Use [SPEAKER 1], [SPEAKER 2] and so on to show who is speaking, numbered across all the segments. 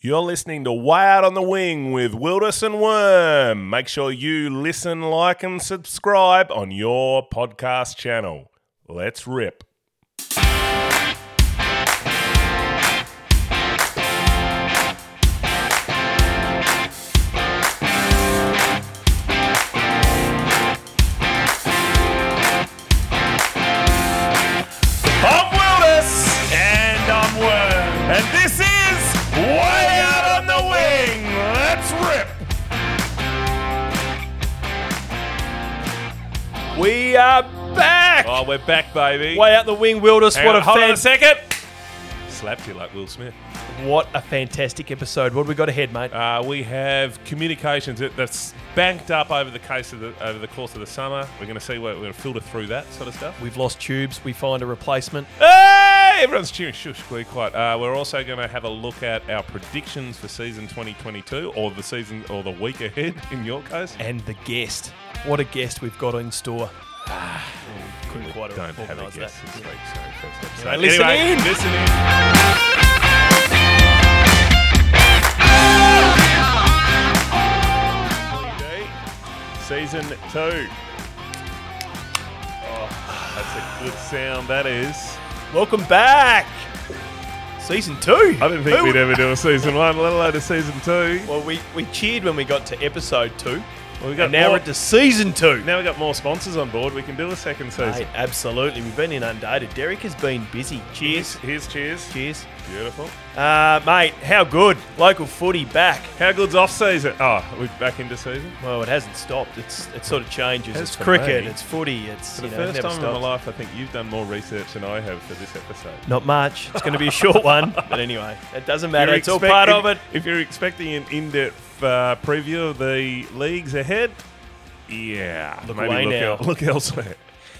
[SPEAKER 1] You're listening to Way Out on the Wing with Wilderness and Worm. Make sure you listen, like, and subscribe on your podcast channel. Let's rip. I'm Wilderness. And I'm Worm. And this is Way Out on the Wing. Let's rip. We are back.
[SPEAKER 2] Oh, we're back, baby.
[SPEAKER 3] Way out the wing, Wildus.
[SPEAKER 2] Hang
[SPEAKER 3] What
[SPEAKER 2] on,
[SPEAKER 3] a
[SPEAKER 2] hold on
[SPEAKER 3] fan-
[SPEAKER 2] a second. Slapped you like Will Smith.
[SPEAKER 3] what a fantastic episode. What have we got ahead, mate?
[SPEAKER 2] Uh, we have communications that, that's banked up over the case of the, over the course of the summer. We're going to see where we're going to filter through that sort of stuff.
[SPEAKER 3] We've lost tubes. We find a replacement.
[SPEAKER 2] Hey, everyone's cheering. Shush, be quiet. Uh, we're also going to have a look at our predictions for season 2022, or the season, or the week ahead in your case.
[SPEAKER 3] And the guest. What a guest we've got in store. Couldn't quite
[SPEAKER 2] Don't have a
[SPEAKER 3] organise
[SPEAKER 2] guess
[SPEAKER 3] that.
[SPEAKER 2] this week. So first episode.
[SPEAKER 3] Anyway, listen
[SPEAKER 2] Anyway,
[SPEAKER 3] in.
[SPEAKER 2] Listen in. Season two. Oh, that's a good sound. That is.
[SPEAKER 3] Welcome back. Season two.
[SPEAKER 2] I didn't think
[SPEAKER 3] Who-
[SPEAKER 2] we'd ever do a season one, let alone a season two.
[SPEAKER 3] Well, we, we cheered when we got to episode two.
[SPEAKER 2] Well, we got
[SPEAKER 3] And now
[SPEAKER 2] more,
[SPEAKER 3] we're into season two.
[SPEAKER 2] now we got more sponsors on board. We can do a second season.
[SPEAKER 3] Mate, absolutely. We've been inundated. Derek has been busy. Cheers.
[SPEAKER 2] Here's cheers.
[SPEAKER 3] Cheers.
[SPEAKER 2] Beautiful.
[SPEAKER 3] Uh, mate, how good. Local footy back.
[SPEAKER 2] How good's off season? Oh, we're back into season.
[SPEAKER 3] Well, it hasn't stopped. It's it sort of changes.
[SPEAKER 2] Has
[SPEAKER 3] it's
[SPEAKER 2] for
[SPEAKER 3] cricket.
[SPEAKER 2] me.
[SPEAKER 3] It's footy. It's
[SPEAKER 2] For the
[SPEAKER 3] you know, it
[SPEAKER 2] first
[SPEAKER 3] never
[SPEAKER 2] time in my
[SPEAKER 3] stops.
[SPEAKER 2] life, I think you've done more research than I have for this episode.
[SPEAKER 3] Not much. It's going to be a short one. But anyway, it doesn't matter.
[SPEAKER 2] You're
[SPEAKER 3] It's all
[SPEAKER 2] expect-
[SPEAKER 3] part
[SPEAKER 2] if-
[SPEAKER 3] of it.
[SPEAKER 2] If you're expecting an in-depth uh, preview of the leagues ahead, yeah,
[SPEAKER 3] Look
[SPEAKER 2] maybe
[SPEAKER 3] away
[SPEAKER 2] look, el-
[SPEAKER 3] now.
[SPEAKER 2] look elsewhere.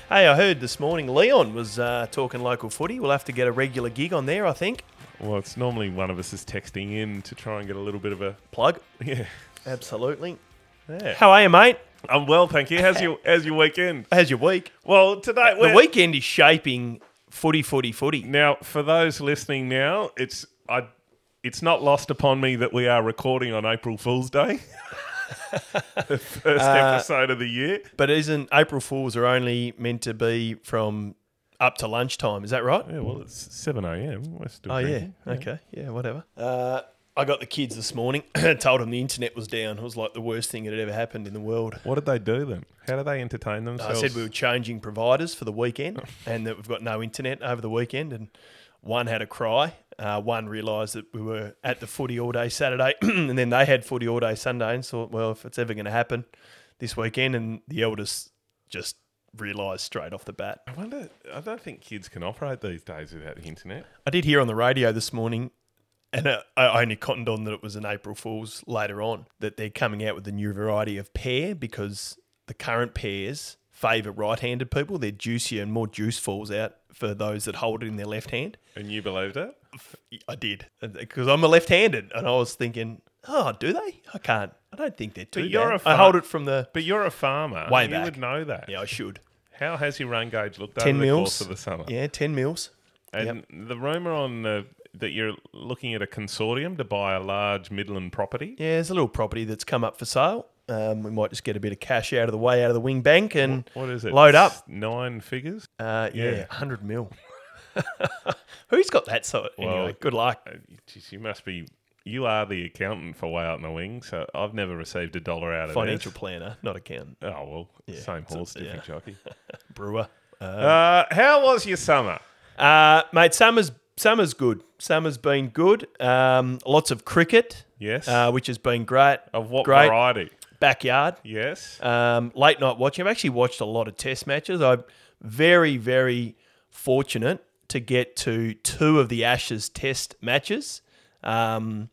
[SPEAKER 3] Hey, I heard this morning Leon was uh, talking local footy. We'll have to get a regular gig on there, I think.
[SPEAKER 2] Well, it's normally one of us is texting in to try and get a little bit of a
[SPEAKER 3] Plug.
[SPEAKER 2] yeah.
[SPEAKER 3] Absolutely.
[SPEAKER 2] yeah.
[SPEAKER 3] How are you, mate?
[SPEAKER 2] I'm well, thank you. How's your how's your weekend?
[SPEAKER 3] How's your week?
[SPEAKER 2] Well, today
[SPEAKER 3] The weekend is shaping footy, footy, footy.
[SPEAKER 2] Now, for those listening now, it's I it's not lost upon me that we are recording on April Fool's Day. the first
[SPEAKER 3] Uh,
[SPEAKER 2] episode of the year.
[SPEAKER 3] But isn't April Fools are only meant to be from up to lunchtime? Is that right?
[SPEAKER 2] Yeah, well, it's 7 a.m. We're still
[SPEAKER 3] Oh yeah.
[SPEAKER 2] drinking.
[SPEAKER 3] Okay. Yeah. Whatever. Uh, I got the kids this morning. told them the internet was down. It was like the worst thing that had ever happened in the world.
[SPEAKER 2] What did they do then? How did they entertain
[SPEAKER 3] I
[SPEAKER 2] themselves?
[SPEAKER 3] said we were changing providers for the weekend, and that we've got no internet over the weekend. And one had a cry. Uh, one realised that we were at the footy all day Saturday, and then they had footy all day Sunday, and thought, well, if it's ever going to happen this weekend, and the eldest just realised straight off the bat.
[SPEAKER 2] I wonder, I don't think kids can operate these days without the internet.
[SPEAKER 3] I did hear on the radio this morning, and uh, I only cottoned on that it was an April Fool's later on, that they're coming out with a new variety of pear because the current pears favour right handed people. They're juicier and more juice falls out for those that hold it in their left hand.
[SPEAKER 2] And you believed it?
[SPEAKER 3] I did, because I'm a left handed, and I was thinking, oh, do they? I can't. I don't think they're too
[SPEAKER 2] you're
[SPEAKER 3] bad.
[SPEAKER 2] a
[SPEAKER 3] I
[SPEAKER 2] fa-
[SPEAKER 3] hold it from the.
[SPEAKER 2] But you're a farmer.
[SPEAKER 3] Way
[SPEAKER 2] you
[SPEAKER 3] back.
[SPEAKER 2] would know that.
[SPEAKER 3] Yeah, I should.
[SPEAKER 2] How has your rain gauge looked
[SPEAKER 3] 10
[SPEAKER 2] over the
[SPEAKER 3] mils.
[SPEAKER 2] course of the summer?
[SPEAKER 3] Yeah, 10 mils.
[SPEAKER 2] And the rumour on uh, that you're looking at a consortium to buy a large Midland property.
[SPEAKER 3] Yeah, there's a little property that's come up for sale. Um, we might just get a bit of cash out of the way out of the wing bank and
[SPEAKER 2] What is it?
[SPEAKER 3] load up.
[SPEAKER 2] Nine figures.
[SPEAKER 3] Uh, yeah,
[SPEAKER 2] Yeah.
[SPEAKER 3] 100 mil. Who's got that sort? Anyway,
[SPEAKER 2] Well-
[SPEAKER 3] good luck.
[SPEAKER 2] Uh, Geez, you must be. You are the accountant for Way Out in the Wing, so I've never received a dollar out of
[SPEAKER 3] Financial
[SPEAKER 2] This.
[SPEAKER 3] planner, not accountant.
[SPEAKER 2] Oh well, same horse, different jockey.
[SPEAKER 3] Brewer.
[SPEAKER 2] Uh, how was your summer?
[SPEAKER 3] Uh, mate, summer's, summer's good. Summer's been good. Um, lots of cricket,
[SPEAKER 2] Yes.
[SPEAKER 3] uh, which has been great.
[SPEAKER 2] of what
[SPEAKER 3] great
[SPEAKER 2] variety?
[SPEAKER 3] Backyard.
[SPEAKER 2] Yes.
[SPEAKER 3] um, late night watching. I've actually watched a lot of test matches. I'm very, very fortunate to get to two of the Ashes test matches. Um,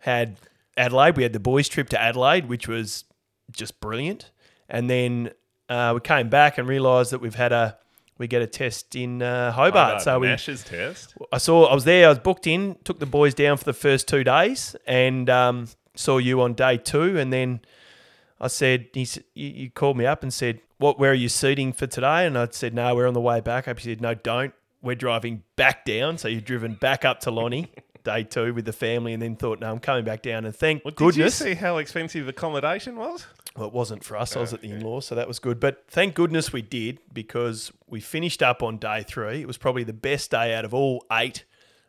[SPEAKER 3] had Adelaide, we had the boys' trip to Adelaide, which was just brilliant. And then uh, we came back and realised that we've had a we get a test in uh, Hobart.
[SPEAKER 2] Hobart
[SPEAKER 3] so we
[SPEAKER 2] Nash's test.
[SPEAKER 3] I saw I was there. I was booked in. Took the boys down for the first two days, and um, saw you on day two. And then I said, he s- you, you called me up and said, "What? Where are you seating for today?" And I said, "No, we're on the way back up." He said, "No, don't. We're driving back down." So you've driven back up to Lonnie. day two with the family, and then thought, no, I'm coming back down. And thank
[SPEAKER 2] Well,
[SPEAKER 3] goodness,
[SPEAKER 2] Did you see how expensive accommodation was?
[SPEAKER 3] well, it wasn't for us. I was at the in laws, so that was good. But thank goodness we did because we finished up on day three. It was probably the best day out of all eight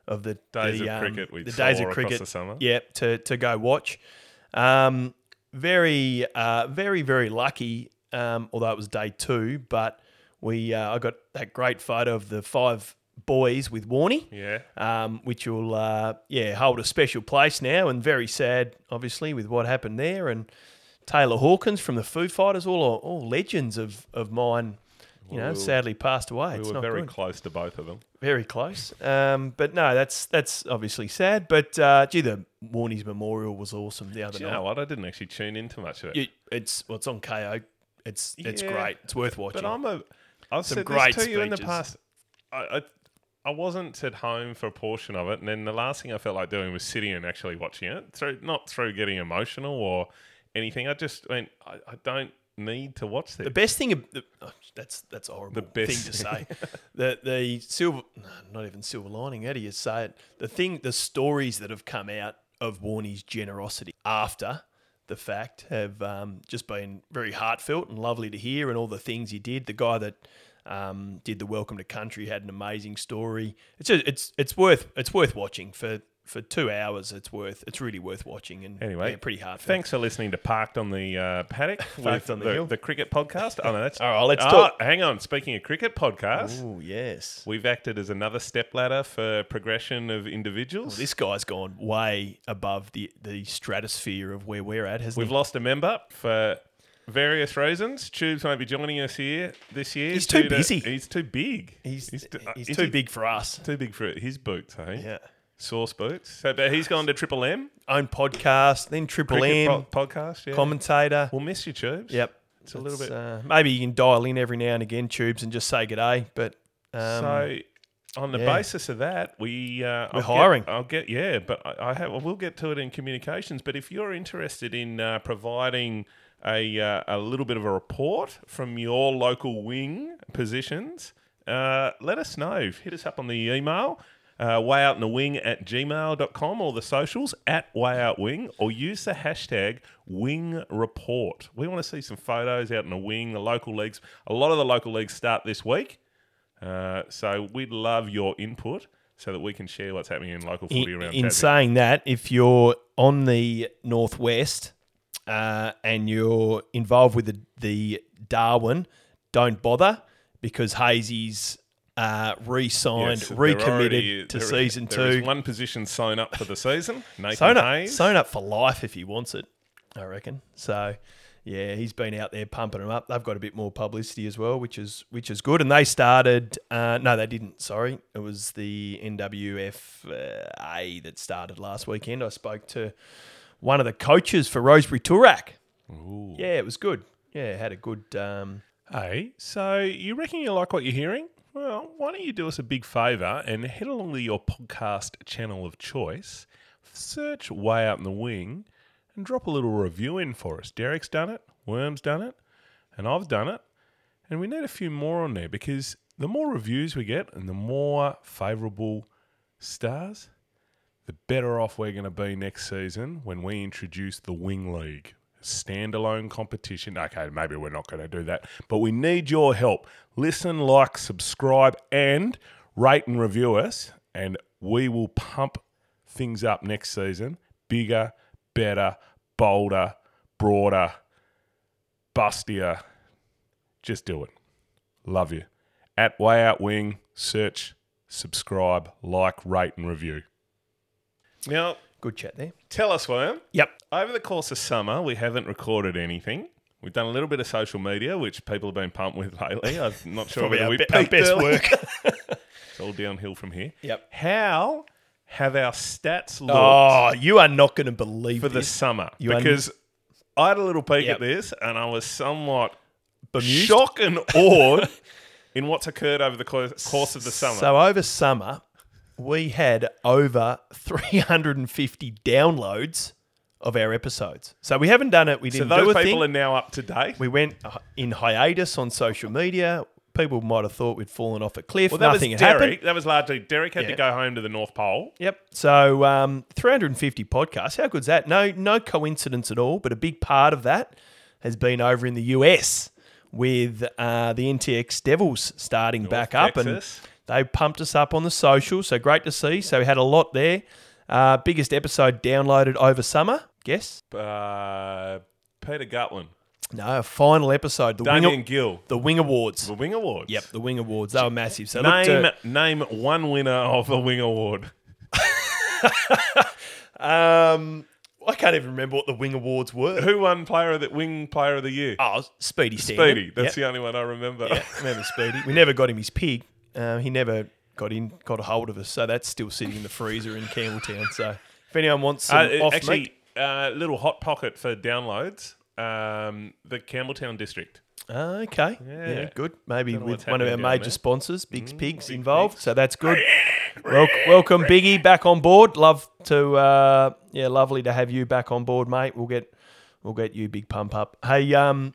[SPEAKER 3] of the
[SPEAKER 2] Days
[SPEAKER 3] the,
[SPEAKER 2] of
[SPEAKER 3] um,
[SPEAKER 2] cricket we
[SPEAKER 3] the days
[SPEAKER 2] saw
[SPEAKER 3] of
[SPEAKER 2] across
[SPEAKER 3] cricket
[SPEAKER 2] the summer.
[SPEAKER 3] Yep, to to go watch. Um, very, uh, very, very lucky. Um, although it was day two, but we uh, I got that great photo of the five boys with Warnie
[SPEAKER 2] Yeah.
[SPEAKER 3] um, which will uh, yeah hold a special place now, and very sad, obviously, with what happened there. And Taylor Hawkins from the Foo Fighters, all all legends of of mine, you know,
[SPEAKER 2] we were-
[SPEAKER 3] sadly passed away.
[SPEAKER 2] We
[SPEAKER 3] it's
[SPEAKER 2] were
[SPEAKER 3] not
[SPEAKER 2] very
[SPEAKER 3] good.
[SPEAKER 2] close to both of them.
[SPEAKER 3] very close. Um, but no, that's that's obviously sad. But uh, gee, the Warnie's memorial was awesome the other
[SPEAKER 2] Do you
[SPEAKER 3] night.
[SPEAKER 2] know what? I didn't actually tune into much of it.
[SPEAKER 3] You- it's well, it's on KO. It's it's
[SPEAKER 2] Yeah,
[SPEAKER 3] great. It's worth watching.
[SPEAKER 2] But I'm a. I've said
[SPEAKER 3] great
[SPEAKER 2] this to you in the
[SPEAKER 3] speeches.
[SPEAKER 2] past. I, I I wasn't at home for a portion of it, and then the last thing I felt like doing was sitting and actually watching it through, not through getting emotional or anything. I just went. I, I don't need to watch this.
[SPEAKER 3] The best thing, ab- the, oh, that's that's a horrible
[SPEAKER 2] best-
[SPEAKER 3] thing to say. the the silver, no, not even silver lining. How do you say it? The thing, the stories that have come out of Warnie's generosity after the fact have um, just been very heartfelt and lovely to hear, and all the things he did. The guy that um, did the Welcome to Country had an amazing story. It's just, it's it's worth it's worth watching for. For two hours, it's worth. It's really worth watching, and
[SPEAKER 2] Anyway,
[SPEAKER 3] yeah, pretty heartfelt.
[SPEAKER 2] Thanks for listening to Parked on the uh, Paddock with
[SPEAKER 3] on the
[SPEAKER 2] the,
[SPEAKER 3] Hill.
[SPEAKER 2] the cricket podcast. Oh, no, that's
[SPEAKER 3] All right, let's
[SPEAKER 2] Oh,
[SPEAKER 3] talk-
[SPEAKER 2] Hang on. Speaking of cricket podcasts,
[SPEAKER 3] Oh yes,
[SPEAKER 2] we've acted as another stepladder for progression of individuals.
[SPEAKER 3] Oh, This guy's gone way above the, the stratosphere of where we're at, hasn't
[SPEAKER 2] We've
[SPEAKER 3] he?
[SPEAKER 2] lost a member for various reasons. Tubes won't be joining us here this year.
[SPEAKER 3] He's too
[SPEAKER 2] due to-
[SPEAKER 3] busy.
[SPEAKER 2] he's too big.
[SPEAKER 3] He's, he's,
[SPEAKER 2] t- uh, is
[SPEAKER 3] too
[SPEAKER 2] he
[SPEAKER 3] big for us.
[SPEAKER 2] Too big for his boots, hey?
[SPEAKER 3] Yeah.
[SPEAKER 2] Source boots. So, but he's gone to Triple M.
[SPEAKER 3] Own podcast, then Triple
[SPEAKER 2] Cricket
[SPEAKER 3] M,
[SPEAKER 2] pro- podcast. Yeah.
[SPEAKER 3] commentator.
[SPEAKER 2] we'll miss you, Tubes.
[SPEAKER 3] yep.
[SPEAKER 2] It's a little bit.
[SPEAKER 3] Uh, maybe you can dial in every now and again, Tubes, and just say g'day. But um,
[SPEAKER 2] so on the
[SPEAKER 3] yeah.
[SPEAKER 2] basis of that, we uh,
[SPEAKER 3] We're
[SPEAKER 2] I'll
[SPEAKER 3] hiring.
[SPEAKER 2] Get, I'll get yeah, but I, I have. We'll get to it in communications. But if you're interested in uh, providing a uh, a little bit of a report from your local wing positions, uh, let us know. Hit us up on the email. Uh, way out in the wing at gmail.com or the socials at way out wing or use the hashtag wing report. We want to see some photos out in the wing, the local leagues. A lot of the local leagues start this week. Uh, so we'd love your input so that we can share what's happening in local footy
[SPEAKER 3] in,
[SPEAKER 2] around
[SPEAKER 3] in
[SPEAKER 2] Tassie.
[SPEAKER 3] saying that, if you're on the northwest uh, and you're involved with the, the Darwin, don't bother because Hazy's uh, re-signed,
[SPEAKER 2] Yes, there
[SPEAKER 3] recommitted
[SPEAKER 2] already-
[SPEAKER 3] to
[SPEAKER 2] there is-
[SPEAKER 3] season
[SPEAKER 2] there is
[SPEAKER 3] two.
[SPEAKER 2] one position sewn up for the season. Nathan
[SPEAKER 3] Sewn up,
[SPEAKER 2] Hayes.
[SPEAKER 3] sewn up for life if he wants it, I reckon. So, yeah, he's been out there pumping them up. They've got a bit more publicity as well, which is which is good. And they started. Uh, no, they didn't. Sorry, it was the NWFA that started last weekend. I spoke to one of the coaches for Rosebery Turak. Yeah, it was good. Yeah, had a good. Um,
[SPEAKER 2] Hey, so you reckon you like what you're hearing? Well, why don't you do us a big favour and head along to your podcast channel of choice, search Way Out in the Wing, and drop a little review in for us. Derek's done it, Worm's done it, and I've done it. And we need a few more on there because the more reviews we get and the more favourable stars, the better off we're going to be next season when we introduce the Wing League. Standalone competition. Okay, maybe we're not going to do that, but we need your help. Listen, like, subscribe, and rate and review us, and we will pump things up next season bigger, better, bolder, broader, bustier. Just do it. Love you. At Way Out Wing, search, subscribe, like, rate, and review. Now,
[SPEAKER 3] good chat there.
[SPEAKER 2] tell us, Worm.
[SPEAKER 3] Yep.
[SPEAKER 2] Over the course of summer, we haven't recorded anything. We've done a little bit of social media, which people have been pumped with lately. I'm not sure
[SPEAKER 3] Probably
[SPEAKER 2] whether
[SPEAKER 3] our,
[SPEAKER 2] we
[SPEAKER 3] be- our
[SPEAKER 2] peaked
[SPEAKER 3] best
[SPEAKER 2] early.
[SPEAKER 3] work.
[SPEAKER 2] It's all downhill from here.
[SPEAKER 3] Yep.
[SPEAKER 2] How have our stats looked
[SPEAKER 3] oh, you are not going to believe
[SPEAKER 2] for the
[SPEAKER 3] this.
[SPEAKER 2] summer?
[SPEAKER 3] You un-
[SPEAKER 2] because I had a little peek
[SPEAKER 3] Yep.
[SPEAKER 2] at this, and I was somewhat
[SPEAKER 3] Bemused?
[SPEAKER 2] shocked and awed in what's occurred over the co- course of the summer.
[SPEAKER 3] So over summer, we had over 350 downloads of our episodes. So we haven't done it. We
[SPEAKER 2] So
[SPEAKER 3] didn't
[SPEAKER 2] those
[SPEAKER 3] do a
[SPEAKER 2] people
[SPEAKER 3] thing.
[SPEAKER 2] are now up to date.
[SPEAKER 3] we went in hiatus on social media. people might have thought we'd fallen off a cliff.
[SPEAKER 2] Well, that
[SPEAKER 3] Nothing
[SPEAKER 2] was
[SPEAKER 3] had
[SPEAKER 2] Derek.
[SPEAKER 3] happened.
[SPEAKER 2] That was largely Derek had
[SPEAKER 3] Yeah.
[SPEAKER 2] to go home to the North Pole.
[SPEAKER 3] Yep. So um, 350 podcasts. How good's that? No, no coincidence at all. But a big part of that has been over in the US with uh, the NTX Devils starting back up, and
[SPEAKER 2] Texas.
[SPEAKER 3] they pumped us up on the social. So great to see. So we had a lot there. Uh, biggest episode downloaded over summer. Guess
[SPEAKER 2] Uh, Peter Gutlin,
[SPEAKER 3] no. Final episode. The
[SPEAKER 2] Damien
[SPEAKER 3] wing.
[SPEAKER 2] Gill,
[SPEAKER 3] The Wing Awards.
[SPEAKER 2] the Wing Awards.
[SPEAKER 3] Yep, the Wing Awards. They were massive. So look
[SPEAKER 2] Name
[SPEAKER 3] to-
[SPEAKER 2] name one winner of the Wing Award.
[SPEAKER 3] um, I can't even remember what the Wing Awards were.
[SPEAKER 2] Who won Player of the Wing Player of the Year?
[SPEAKER 3] Oh, Speedy Stanley.
[SPEAKER 2] Speedy.
[SPEAKER 3] Yep.
[SPEAKER 2] That's the only one I remember.
[SPEAKER 3] Remember Speedy? We never got him his pig. Um, he never got in, got a hold of us. So that's still sitting in the freezer in Campbelltown. So if anyone wants some
[SPEAKER 2] Uh, it-
[SPEAKER 3] off
[SPEAKER 2] actually,
[SPEAKER 3] meat,
[SPEAKER 2] uh, little hot pocket for downloads. Um, the Campbelltown district.
[SPEAKER 3] Ah, okay, yeah. good. Maybe with
[SPEAKER 2] what's
[SPEAKER 3] one of our
[SPEAKER 2] happening down
[SPEAKER 3] major
[SPEAKER 2] there. Mm,
[SPEAKER 3] sponsors, Big's Pigs, involved. So that's good. Wel- welcome, Biggie, back on board. Love to, uh, yeah, lovely to have you back on board, mate. We'll get, we'll get you big pump up. Hey, um,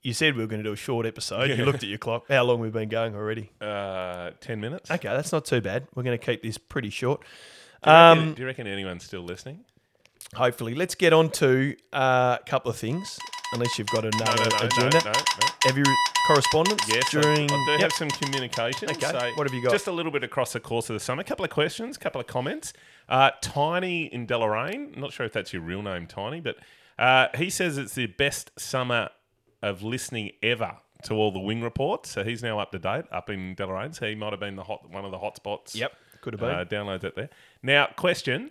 [SPEAKER 3] you said we were going to do a short episode. You looked at your clock. How long we've been going already?
[SPEAKER 2] Uh, Ten minutes.
[SPEAKER 3] Okay, that's not too bad. We're going to keep this pretty short.
[SPEAKER 2] Do you reckon-
[SPEAKER 3] Um,
[SPEAKER 2] do you reckon anyone's still listening?
[SPEAKER 3] hopefully. Let's get on to uh, a couple of things, unless you've got another agenda. Have you correspondence
[SPEAKER 2] Yes, I-
[SPEAKER 3] during?
[SPEAKER 2] I, do
[SPEAKER 3] Yep.
[SPEAKER 2] have some communication.
[SPEAKER 3] Okay,
[SPEAKER 2] so
[SPEAKER 3] what have you got?
[SPEAKER 2] Just a little bit across the course of the summer. A couple of questions, a couple of comments. Uh, Tiny in Deloraine, not sure if that's your real name, Tiny, but uh, he says it's the best summer of listening ever to all the wing reports. So he's now up to date up in Deloraine. So he might have been the hot one of the hot spots.
[SPEAKER 3] Yep, could have been.
[SPEAKER 2] Uh, downloads that there. Now, question.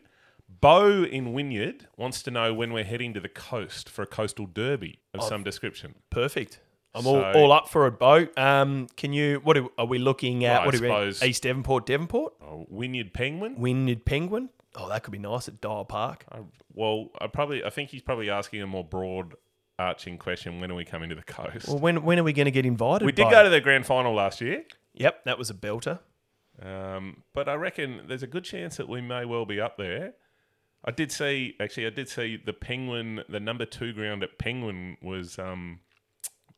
[SPEAKER 2] Bo in Wynyard wants to know when we're heading to the coast for a coastal derby of some description.
[SPEAKER 3] Perfect. I'm
[SPEAKER 2] So-
[SPEAKER 3] all, all up for it, Bo. Um, can you? What are, are we looking at?
[SPEAKER 2] Well, I
[SPEAKER 3] what are we-
[SPEAKER 2] suppose-
[SPEAKER 3] East Devonport, Devonport,
[SPEAKER 2] Oh, Wynyard Penguin?
[SPEAKER 3] Winded Penguin. Oh, that could be nice at Dial Park.
[SPEAKER 2] I, well, I probably I think he's probably asking a more broad arching question. When are we coming to the coast?
[SPEAKER 3] Well, when when are we going to get invited?
[SPEAKER 2] we did go to the grand final last year,
[SPEAKER 3] Yep, that was a belter.
[SPEAKER 2] um, but I reckon there's a good chance that we may well be up there. I did see actually, I did see the Penguin, the number two ground at Penguin was um,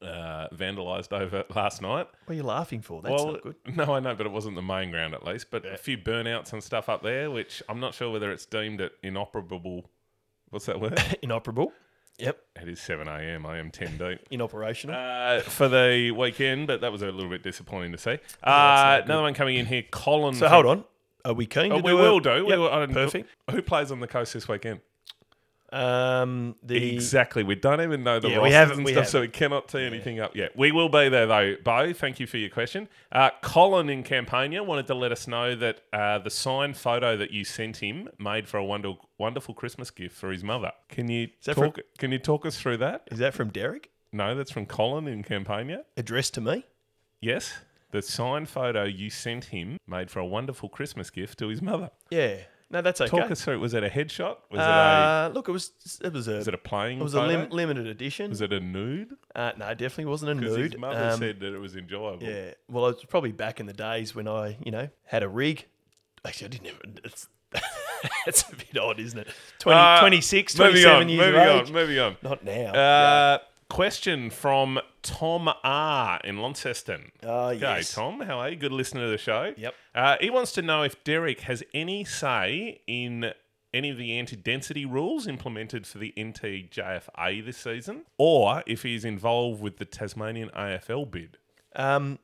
[SPEAKER 2] uh, vandalised over last night.
[SPEAKER 3] What are you laughing for? That's
[SPEAKER 2] well,
[SPEAKER 3] not good.
[SPEAKER 2] no, I know, but it wasn't the main ground at least. But a few burnouts and stuff up there, which I'm not sure whether it's deemed at inoperable. What's that word?
[SPEAKER 3] Inoperable. Yep,
[SPEAKER 2] It is 7 a.m. I am 10 deep.
[SPEAKER 3] inoperational.
[SPEAKER 2] Uh, for the weekend, but that was a little bit disappointing
[SPEAKER 3] Oh,
[SPEAKER 2] to see. Uh, another one coming in here, Colin.
[SPEAKER 3] so hold on. Are we keen?
[SPEAKER 2] Oh,
[SPEAKER 3] to
[SPEAKER 2] we
[SPEAKER 3] do a-
[SPEAKER 2] will do. We
[SPEAKER 3] Yep,
[SPEAKER 2] will, I don't-
[SPEAKER 3] perfect.
[SPEAKER 2] Who plays on the coast this weekend?
[SPEAKER 3] Um, the
[SPEAKER 2] Exactly. We don't even know the
[SPEAKER 3] Yeah, we
[SPEAKER 2] rosters
[SPEAKER 3] haven't-
[SPEAKER 2] and
[SPEAKER 3] we
[SPEAKER 2] stuff,
[SPEAKER 3] haven't.
[SPEAKER 2] so we cannot tee anything up yet. We will be there though, Bo. Thank you for your question. Uh, Colin in Campania wanted to let us know that uh, the signed photo that you sent him made for a wonderful, wonderful Christmas gift for his mother. Can you
[SPEAKER 3] that for-
[SPEAKER 2] talk? Can you talk us through that?
[SPEAKER 3] is that from Derek?
[SPEAKER 2] No, that's from Colin in Campania.
[SPEAKER 3] Addressed to me.
[SPEAKER 2] Yes, the signed photo you sent him made for a wonderful Christmas gift to his mother.
[SPEAKER 3] Yeah. No, that's okay.
[SPEAKER 2] Talk us through. Was it a headshot? Was it
[SPEAKER 3] uh, look, it was it was a
[SPEAKER 2] a? Was it a playing?
[SPEAKER 3] it was a
[SPEAKER 2] photo?
[SPEAKER 3] lim- limited edition.
[SPEAKER 2] Was it a nude?
[SPEAKER 3] Uh, no, it definitely wasn't a
[SPEAKER 2] Because
[SPEAKER 3] nude.
[SPEAKER 2] his mother
[SPEAKER 3] Um,
[SPEAKER 2] said "Oh." that it was enjoyable.
[SPEAKER 3] yeah, well, it was probably back in the days when I, you know, had a rig. Actually, I didn't ever. It's, that's a bit odd, isn't it? 20,
[SPEAKER 2] Uh,
[SPEAKER 3] 26,
[SPEAKER 2] Moving
[SPEAKER 3] 27
[SPEAKER 2] on.
[SPEAKER 3] years
[SPEAKER 2] Moving
[SPEAKER 3] of age.
[SPEAKER 2] on. Moving on.
[SPEAKER 3] Not now.
[SPEAKER 2] Uh, Question from Tom R in Launceston.
[SPEAKER 3] Ah,
[SPEAKER 2] G'day,
[SPEAKER 3] yes.
[SPEAKER 2] Tom. How are you? Good listener to the show.
[SPEAKER 3] Yep.
[SPEAKER 2] Uh, he wants to know if Derek has any say in any of the anti-density rules implemented for the NTJFA this season, or if he's involved with the Tasmanian AFL bid.
[SPEAKER 3] Um,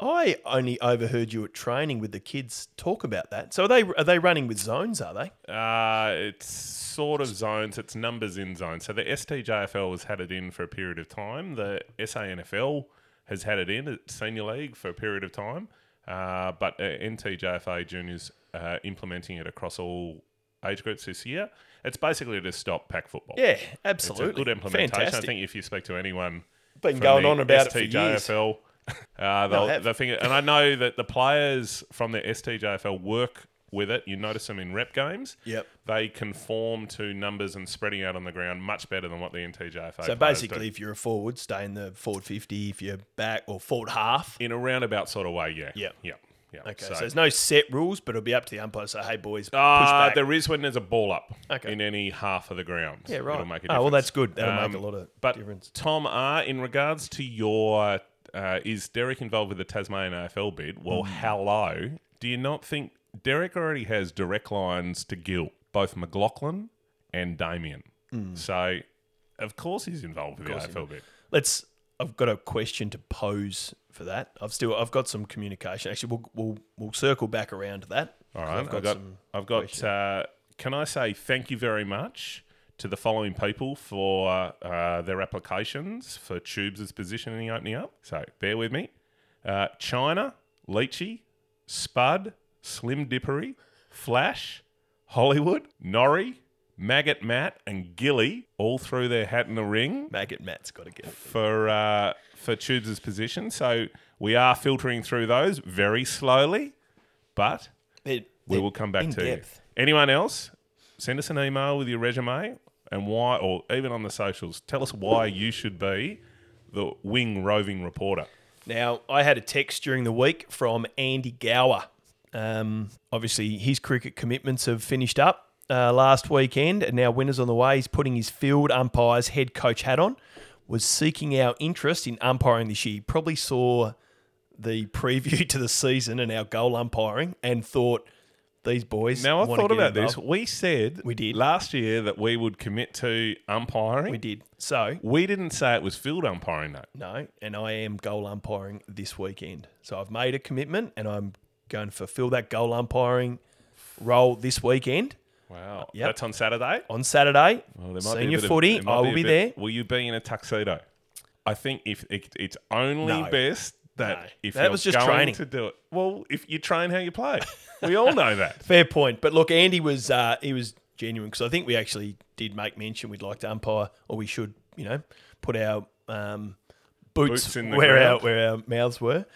[SPEAKER 3] I only overheard you at training with the kids talk about that. So are they are they running with zones? Are they?
[SPEAKER 2] Uh, it's sort of zones, it's numbers in zones. So the STJFL has had it in for a period of time. The SANFL has had it in at senior league for a period of time. Uh, but uh, NTJFA juniors uh, implementing it across all age groups this year. It's basically to stop pack football.
[SPEAKER 3] Yeah,
[SPEAKER 2] It's
[SPEAKER 3] absolutely.
[SPEAKER 2] a good implementation.
[SPEAKER 3] Fantastic.
[SPEAKER 2] I think if you speak to anyone
[SPEAKER 3] Been
[SPEAKER 2] from
[SPEAKER 3] going
[SPEAKER 2] the
[SPEAKER 3] on about it for years.
[SPEAKER 2] STJFL, uh, they'll,
[SPEAKER 3] have.
[SPEAKER 2] they'll think, and I know that the players from the STJFL work with it. You notice them in rep games.
[SPEAKER 3] Yep.
[SPEAKER 2] They conform to numbers and spreading out on the ground much better than what the NTJFA.
[SPEAKER 3] So
[SPEAKER 2] players
[SPEAKER 3] basically,
[SPEAKER 2] do.
[SPEAKER 3] if you're a forward, stay in the forward 50. If you're back or forward half.
[SPEAKER 2] in a roundabout sort of way, yeah,
[SPEAKER 3] Yep.
[SPEAKER 2] yeah, yeah.
[SPEAKER 3] Okay, so, there's no set rules, but it'll be up to the umpire. So hey, boys, push
[SPEAKER 2] Uh,
[SPEAKER 3] back.
[SPEAKER 2] there is when there's a ball up
[SPEAKER 3] Okay.
[SPEAKER 2] in any half of the ground.
[SPEAKER 3] Yeah, right.
[SPEAKER 2] It'll make a
[SPEAKER 3] oh well,
[SPEAKER 2] difference.
[SPEAKER 3] that's good. That'll
[SPEAKER 2] Um,
[SPEAKER 3] make a lot of
[SPEAKER 2] But
[SPEAKER 3] difference.
[SPEAKER 2] Tom R, in regards to your uh, is Derek involved with the Tasmanian AFL bid? Well,
[SPEAKER 3] Mm.
[SPEAKER 2] hello. Do you not think Derek already has direct lines to guilt, both McLaughlin and Damien?
[SPEAKER 3] Mm.
[SPEAKER 2] So, of course, he's involved with the AFL bid.
[SPEAKER 3] Let's. I've got a question to pose for that. I've still. I've got some communication. Actually, we'll we'll, we'll circle back around to that.
[SPEAKER 2] All right. I've got. I've got. uh, can I say thank you very much to the following people for uh, their applications for Tubes' position in the opening up? So bear with me. Uh, China, Leachy, Spud, Slim Dippery, Flash, Hollywood, Norrie, Maggot Matt, and Gilly all threw their hat in the ring
[SPEAKER 3] Maggot Matt's got to get. it.
[SPEAKER 2] for uh, for Tubes' position. So we are filtering through those very slowly, but
[SPEAKER 3] They're-
[SPEAKER 2] we
[SPEAKER 3] they're
[SPEAKER 2] will come back
[SPEAKER 3] in
[SPEAKER 2] to
[SPEAKER 3] depth.
[SPEAKER 2] you. Anyone else? Send us an email with your resume and why, or even on the socials, tell us why you should be the wing roving reporter.
[SPEAKER 3] Now, I had a text during the week from Andy Gower. Um, obviously, his cricket commitments have finished up uh, last weekend, and now winners on the way. He's putting his field umpire's head coach hat on. Was seeking our interest in umpiring this year. He probably saw the preview to the season and our goal umpiring, and thought these boys.
[SPEAKER 2] Now I've
[SPEAKER 3] wanna
[SPEAKER 2] thought
[SPEAKER 3] get
[SPEAKER 2] about this.
[SPEAKER 3] involved."
[SPEAKER 2] We said
[SPEAKER 3] We did.
[SPEAKER 2] last year that we would commit to umpiring.
[SPEAKER 3] We did so.
[SPEAKER 2] We didn't say it was field umpiring though.
[SPEAKER 3] No, and I am goal umpiring this weekend. So I've made a commitment and I'm going to fulfill that goal umpiring role this weekend
[SPEAKER 2] Wow,
[SPEAKER 3] Yep.
[SPEAKER 2] that's on Saturday.
[SPEAKER 3] on Saturday.
[SPEAKER 2] Well, there might be a
[SPEAKER 3] Senior
[SPEAKER 2] bit of-
[SPEAKER 3] footy,
[SPEAKER 2] there might
[SPEAKER 3] I will be,
[SPEAKER 2] a
[SPEAKER 3] there.
[SPEAKER 2] bit- Will you be in a tuxedo? I think if it, it's only
[SPEAKER 3] No.
[SPEAKER 2] best that
[SPEAKER 3] No.
[SPEAKER 2] if
[SPEAKER 3] That
[SPEAKER 2] you're
[SPEAKER 3] was just
[SPEAKER 2] going
[SPEAKER 3] training.
[SPEAKER 2] to do it. Well, if you train how you play, we all know that.
[SPEAKER 3] Fair point. But look, Andy was uh, he was genuine because I think we actually did make mention we'd like to umpire or we should, you know, put our um, boots,
[SPEAKER 2] Boots in the
[SPEAKER 3] where our
[SPEAKER 2] ground.
[SPEAKER 3] where our mouths were.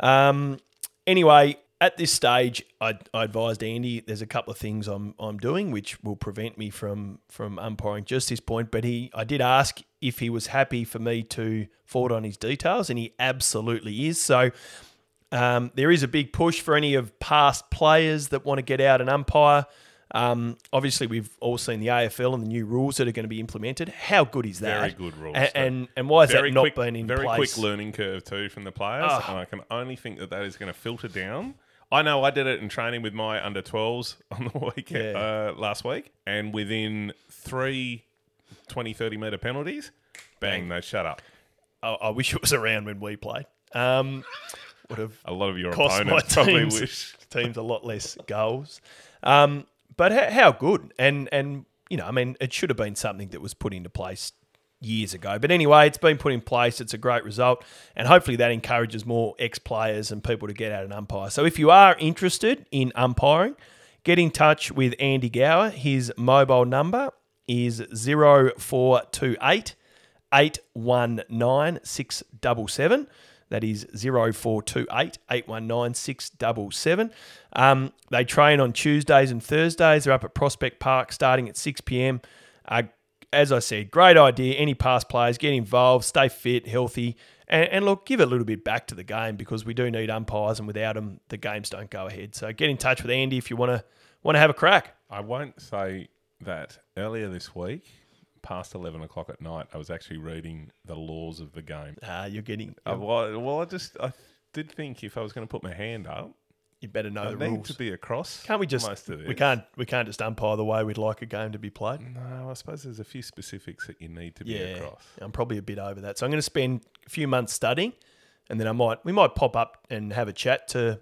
[SPEAKER 3] Um, anyway, at this stage, I, I advised Andy there's a couple of things I'm I'm doing which will prevent me from from umpiring just this point. But he, I did ask if he was happy for me to forward on his details, and he absolutely is. So. Um, there is a big push for any of past players that want to get out and umpire. Um, obviously, we've all seen the AFL and the new rules that are going to be implemented. How good is that?
[SPEAKER 2] Very good rules,
[SPEAKER 3] A-
[SPEAKER 2] though.
[SPEAKER 3] And and, why has that not
[SPEAKER 2] quick,
[SPEAKER 3] been in
[SPEAKER 2] very
[SPEAKER 3] place?
[SPEAKER 2] quick learning curve too from the players,
[SPEAKER 3] Ah.
[SPEAKER 2] and I can only think that that is going to filter down. I know I did it in training with my under 12s on the weekend
[SPEAKER 3] Yeah.
[SPEAKER 2] uh, last week, and within three 20, 30 meter penalties, bang, they shut up.
[SPEAKER 3] I, I wish it was around when we played. Um, would have
[SPEAKER 2] A lot of your
[SPEAKER 3] cost my
[SPEAKER 2] opponents probably
[SPEAKER 3] teams.
[SPEAKER 2] wish
[SPEAKER 3] teams a lot less goals. Um, but how, how good? And and you know, I mean, it should have been something that was put into place years ago. But anyway, it's been put in place. It's a great result, and hopefully that encourages more ex players and people to get out and umpire. So if you are interested in umpiring, get in touch with Andy Gower. His mobile number is 0428 819 677. That is 0428 819 677. Um, they train on Tuesdays and Thursdays. They're up at Prospect Park starting at 6 p.m. Uh, as I said, great idea. Any past players, get involved, stay fit, healthy, and, and look, give a little bit back to the game because we do need umpires, and without them, the games don't go ahead. So get in touch with Andy if you want to want to have a crack.
[SPEAKER 2] I won't say that earlier this week, past 11 o'clock at night, I was actually reading the laws of the game.
[SPEAKER 3] Uh, you're getting,
[SPEAKER 2] Uh, well, well, I just I did think if I was going to put my hand up,
[SPEAKER 3] you better know
[SPEAKER 2] I
[SPEAKER 3] Uh, the
[SPEAKER 2] need
[SPEAKER 3] rules.
[SPEAKER 2] to be across.
[SPEAKER 3] Can't we just?
[SPEAKER 2] Most of this.
[SPEAKER 3] we can't. We can't just umpire the way we'd like a game to be played.
[SPEAKER 2] No, I suppose there's a few specifics that you need to be
[SPEAKER 3] Yeah,
[SPEAKER 2] across.
[SPEAKER 3] I'm probably a bit over that. So I'm going to spend a few months studying, and then I might we might pop up and have a chat to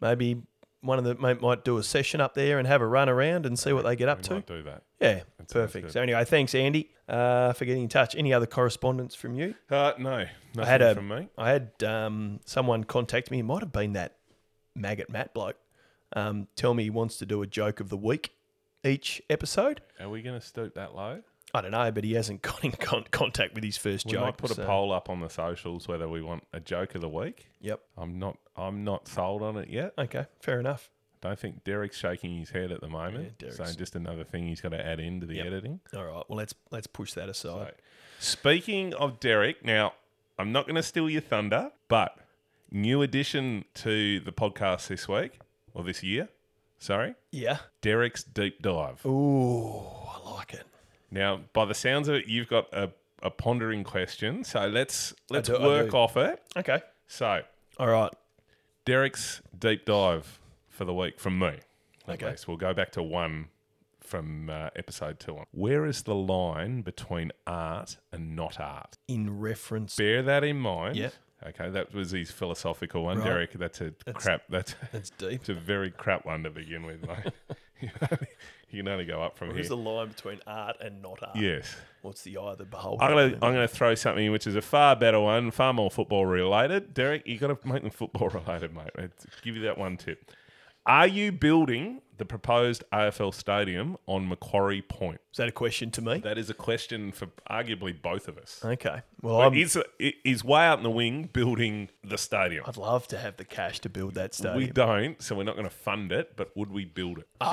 [SPEAKER 3] maybe one of the might, might do a session up there and have a run around and see what they get up
[SPEAKER 2] We
[SPEAKER 3] to.
[SPEAKER 2] might do that.
[SPEAKER 3] Yeah,
[SPEAKER 2] sounds
[SPEAKER 3] perfect.
[SPEAKER 2] good.
[SPEAKER 3] So anyway, thanks Andy uh, for getting in touch. Any other correspondence from you?
[SPEAKER 2] Uh, no, nothing
[SPEAKER 3] I had a
[SPEAKER 2] from me.
[SPEAKER 3] I had um, someone contact me. It might have been that maggot Matt bloke. Um, tell me he wants to do a joke of the week each episode.
[SPEAKER 2] Are we going to stoop that low?
[SPEAKER 3] I don't know, but he hasn't got in con- contact with his first
[SPEAKER 2] We
[SPEAKER 3] joke.
[SPEAKER 2] might put
[SPEAKER 3] so-
[SPEAKER 2] a poll up on the socials whether we want a joke of the week.
[SPEAKER 3] Yep.
[SPEAKER 2] I'm not. I'm not sold on it yet.
[SPEAKER 3] Okay. Fair enough.
[SPEAKER 2] Don't think Derek's shaking his head at the moment.
[SPEAKER 3] Yeah,
[SPEAKER 2] so
[SPEAKER 3] Derek's-
[SPEAKER 2] just another thing he's got to add into the editing.
[SPEAKER 3] All right. Well, let's let's push that aside.
[SPEAKER 2] So, speaking of Derek, now I'm not going to steal your thunder, but new addition to the podcast this week or this year, sorry,
[SPEAKER 3] Yeah.
[SPEAKER 2] Derek's deep dive.
[SPEAKER 3] Ooh, I like it.
[SPEAKER 2] Now, by the sounds of it, you've got a, a pondering question. So let's let's
[SPEAKER 3] do- I
[SPEAKER 2] work
[SPEAKER 3] do.
[SPEAKER 2] off it.
[SPEAKER 3] Okay.
[SPEAKER 2] So
[SPEAKER 3] All right.
[SPEAKER 2] Derek's deep dive for the week from me. At
[SPEAKER 3] Okay.
[SPEAKER 2] least. We'll go back to one from uh, episode two on. Where is the line between art and not art?
[SPEAKER 3] In reference,
[SPEAKER 2] Bear that in mind.
[SPEAKER 3] Yeah.
[SPEAKER 2] Okay, that was his philosophical one,
[SPEAKER 3] Right.
[SPEAKER 2] Derek. That's a crap. That's
[SPEAKER 3] that's deep.
[SPEAKER 2] it's a very crap one to begin with, mate. you, can only, you can only go up from
[SPEAKER 3] Where's
[SPEAKER 2] here.
[SPEAKER 3] the line between art and not art?
[SPEAKER 2] Yes.
[SPEAKER 3] What's the eye of the beholder?
[SPEAKER 2] I'm gonna I'm gonna throw something which is a far better one, far more football related. Derek, you gotta make them football related, mate. Let's give you that one tip. Are you building the proposed AFL stadium on Macquarie Point?
[SPEAKER 3] Is that a question to me?
[SPEAKER 2] That is a question for arguably both of us.
[SPEAKER 3] Okay. Well, I'm,
[SPEAKER 2] Is is way out in the wing building the stadium?
[SPEAKER 3] I'd love to have the cash to build that
[SPEAKER 2] We
[SPEAKER 3] stadium.
[SPEAKER 2] don't, so we're not going to fund it. But would we build it?
[SPEAKER 3] Ah,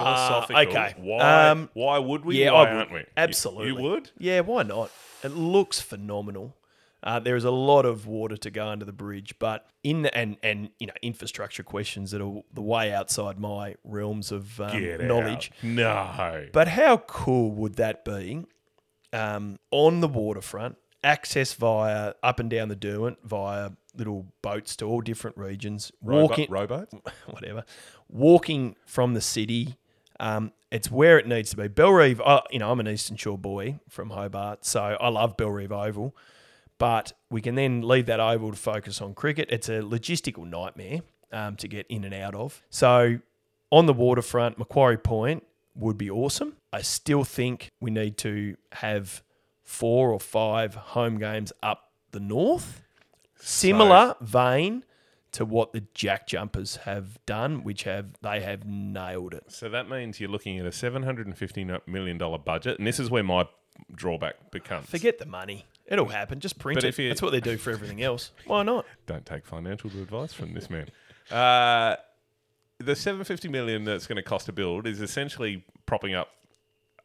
[SPEAKER 2] Philosophical.
[SPEAKER 3] okay.
[SPEAKER 2] Why?
[SPEAKER 3] Um,
[SPEAKER 2] why would we?
[SPEAKER 3] yeah,
[SPEAKER 2] why
[SPEAKER 3] I would.
[SPEAKER 2] aren't we? You-
[SPEAKER 3] Absolutely.
[SPEAKER 2] You, would.
[SPEAKER 3] Yeah, why not? It looks phenomenal. Uh, there is a lot of water to go under the bridge, but in the, and and you know infrastructure questions that are the way outside my realms of um,
[SPEAKER 2] Get
[SPEAKER 3] knowledge.
[SPEAKER 2] out. No.
[SPEAKER 3] But how cool would that be? Um, on the waterfront, access via up and down the Derwent via little boats to all different regions. Walking,
[SPEAKER 2] Robo- robots.
[SPEAKER 3] whatever. Walking from the city, um, it's where it needs to be. Belrive, uh, you know, I'm an Eastern Shore boy from Hobart, so I love Belrive Oval. But we can then leave that oval to focus on cricket. It's a logistical nightmare um, to get in and out of. So on the waterfront, Macquarie Point would be awesome. I still think we need to have four or five home games up the north similar vein to what the Jack Jumpers have done, which have they have nailed it.
[SPEAKER 2] So that means you're looking at a $750 million budget. And this is where my drawback becomes.
[SPEAKER 3] Forget the money; it'll happen. Just print
[SPEAKER 2] But
[SPEAKER 3] it.
[SPEAKER 2] if you-
[SPEAKER 3] That's what they do for everything else. Why not?
[SPEAKER 2] Don't take financial advice from this man. Uh, the 750 million that's going to cost to build is essentially propping up,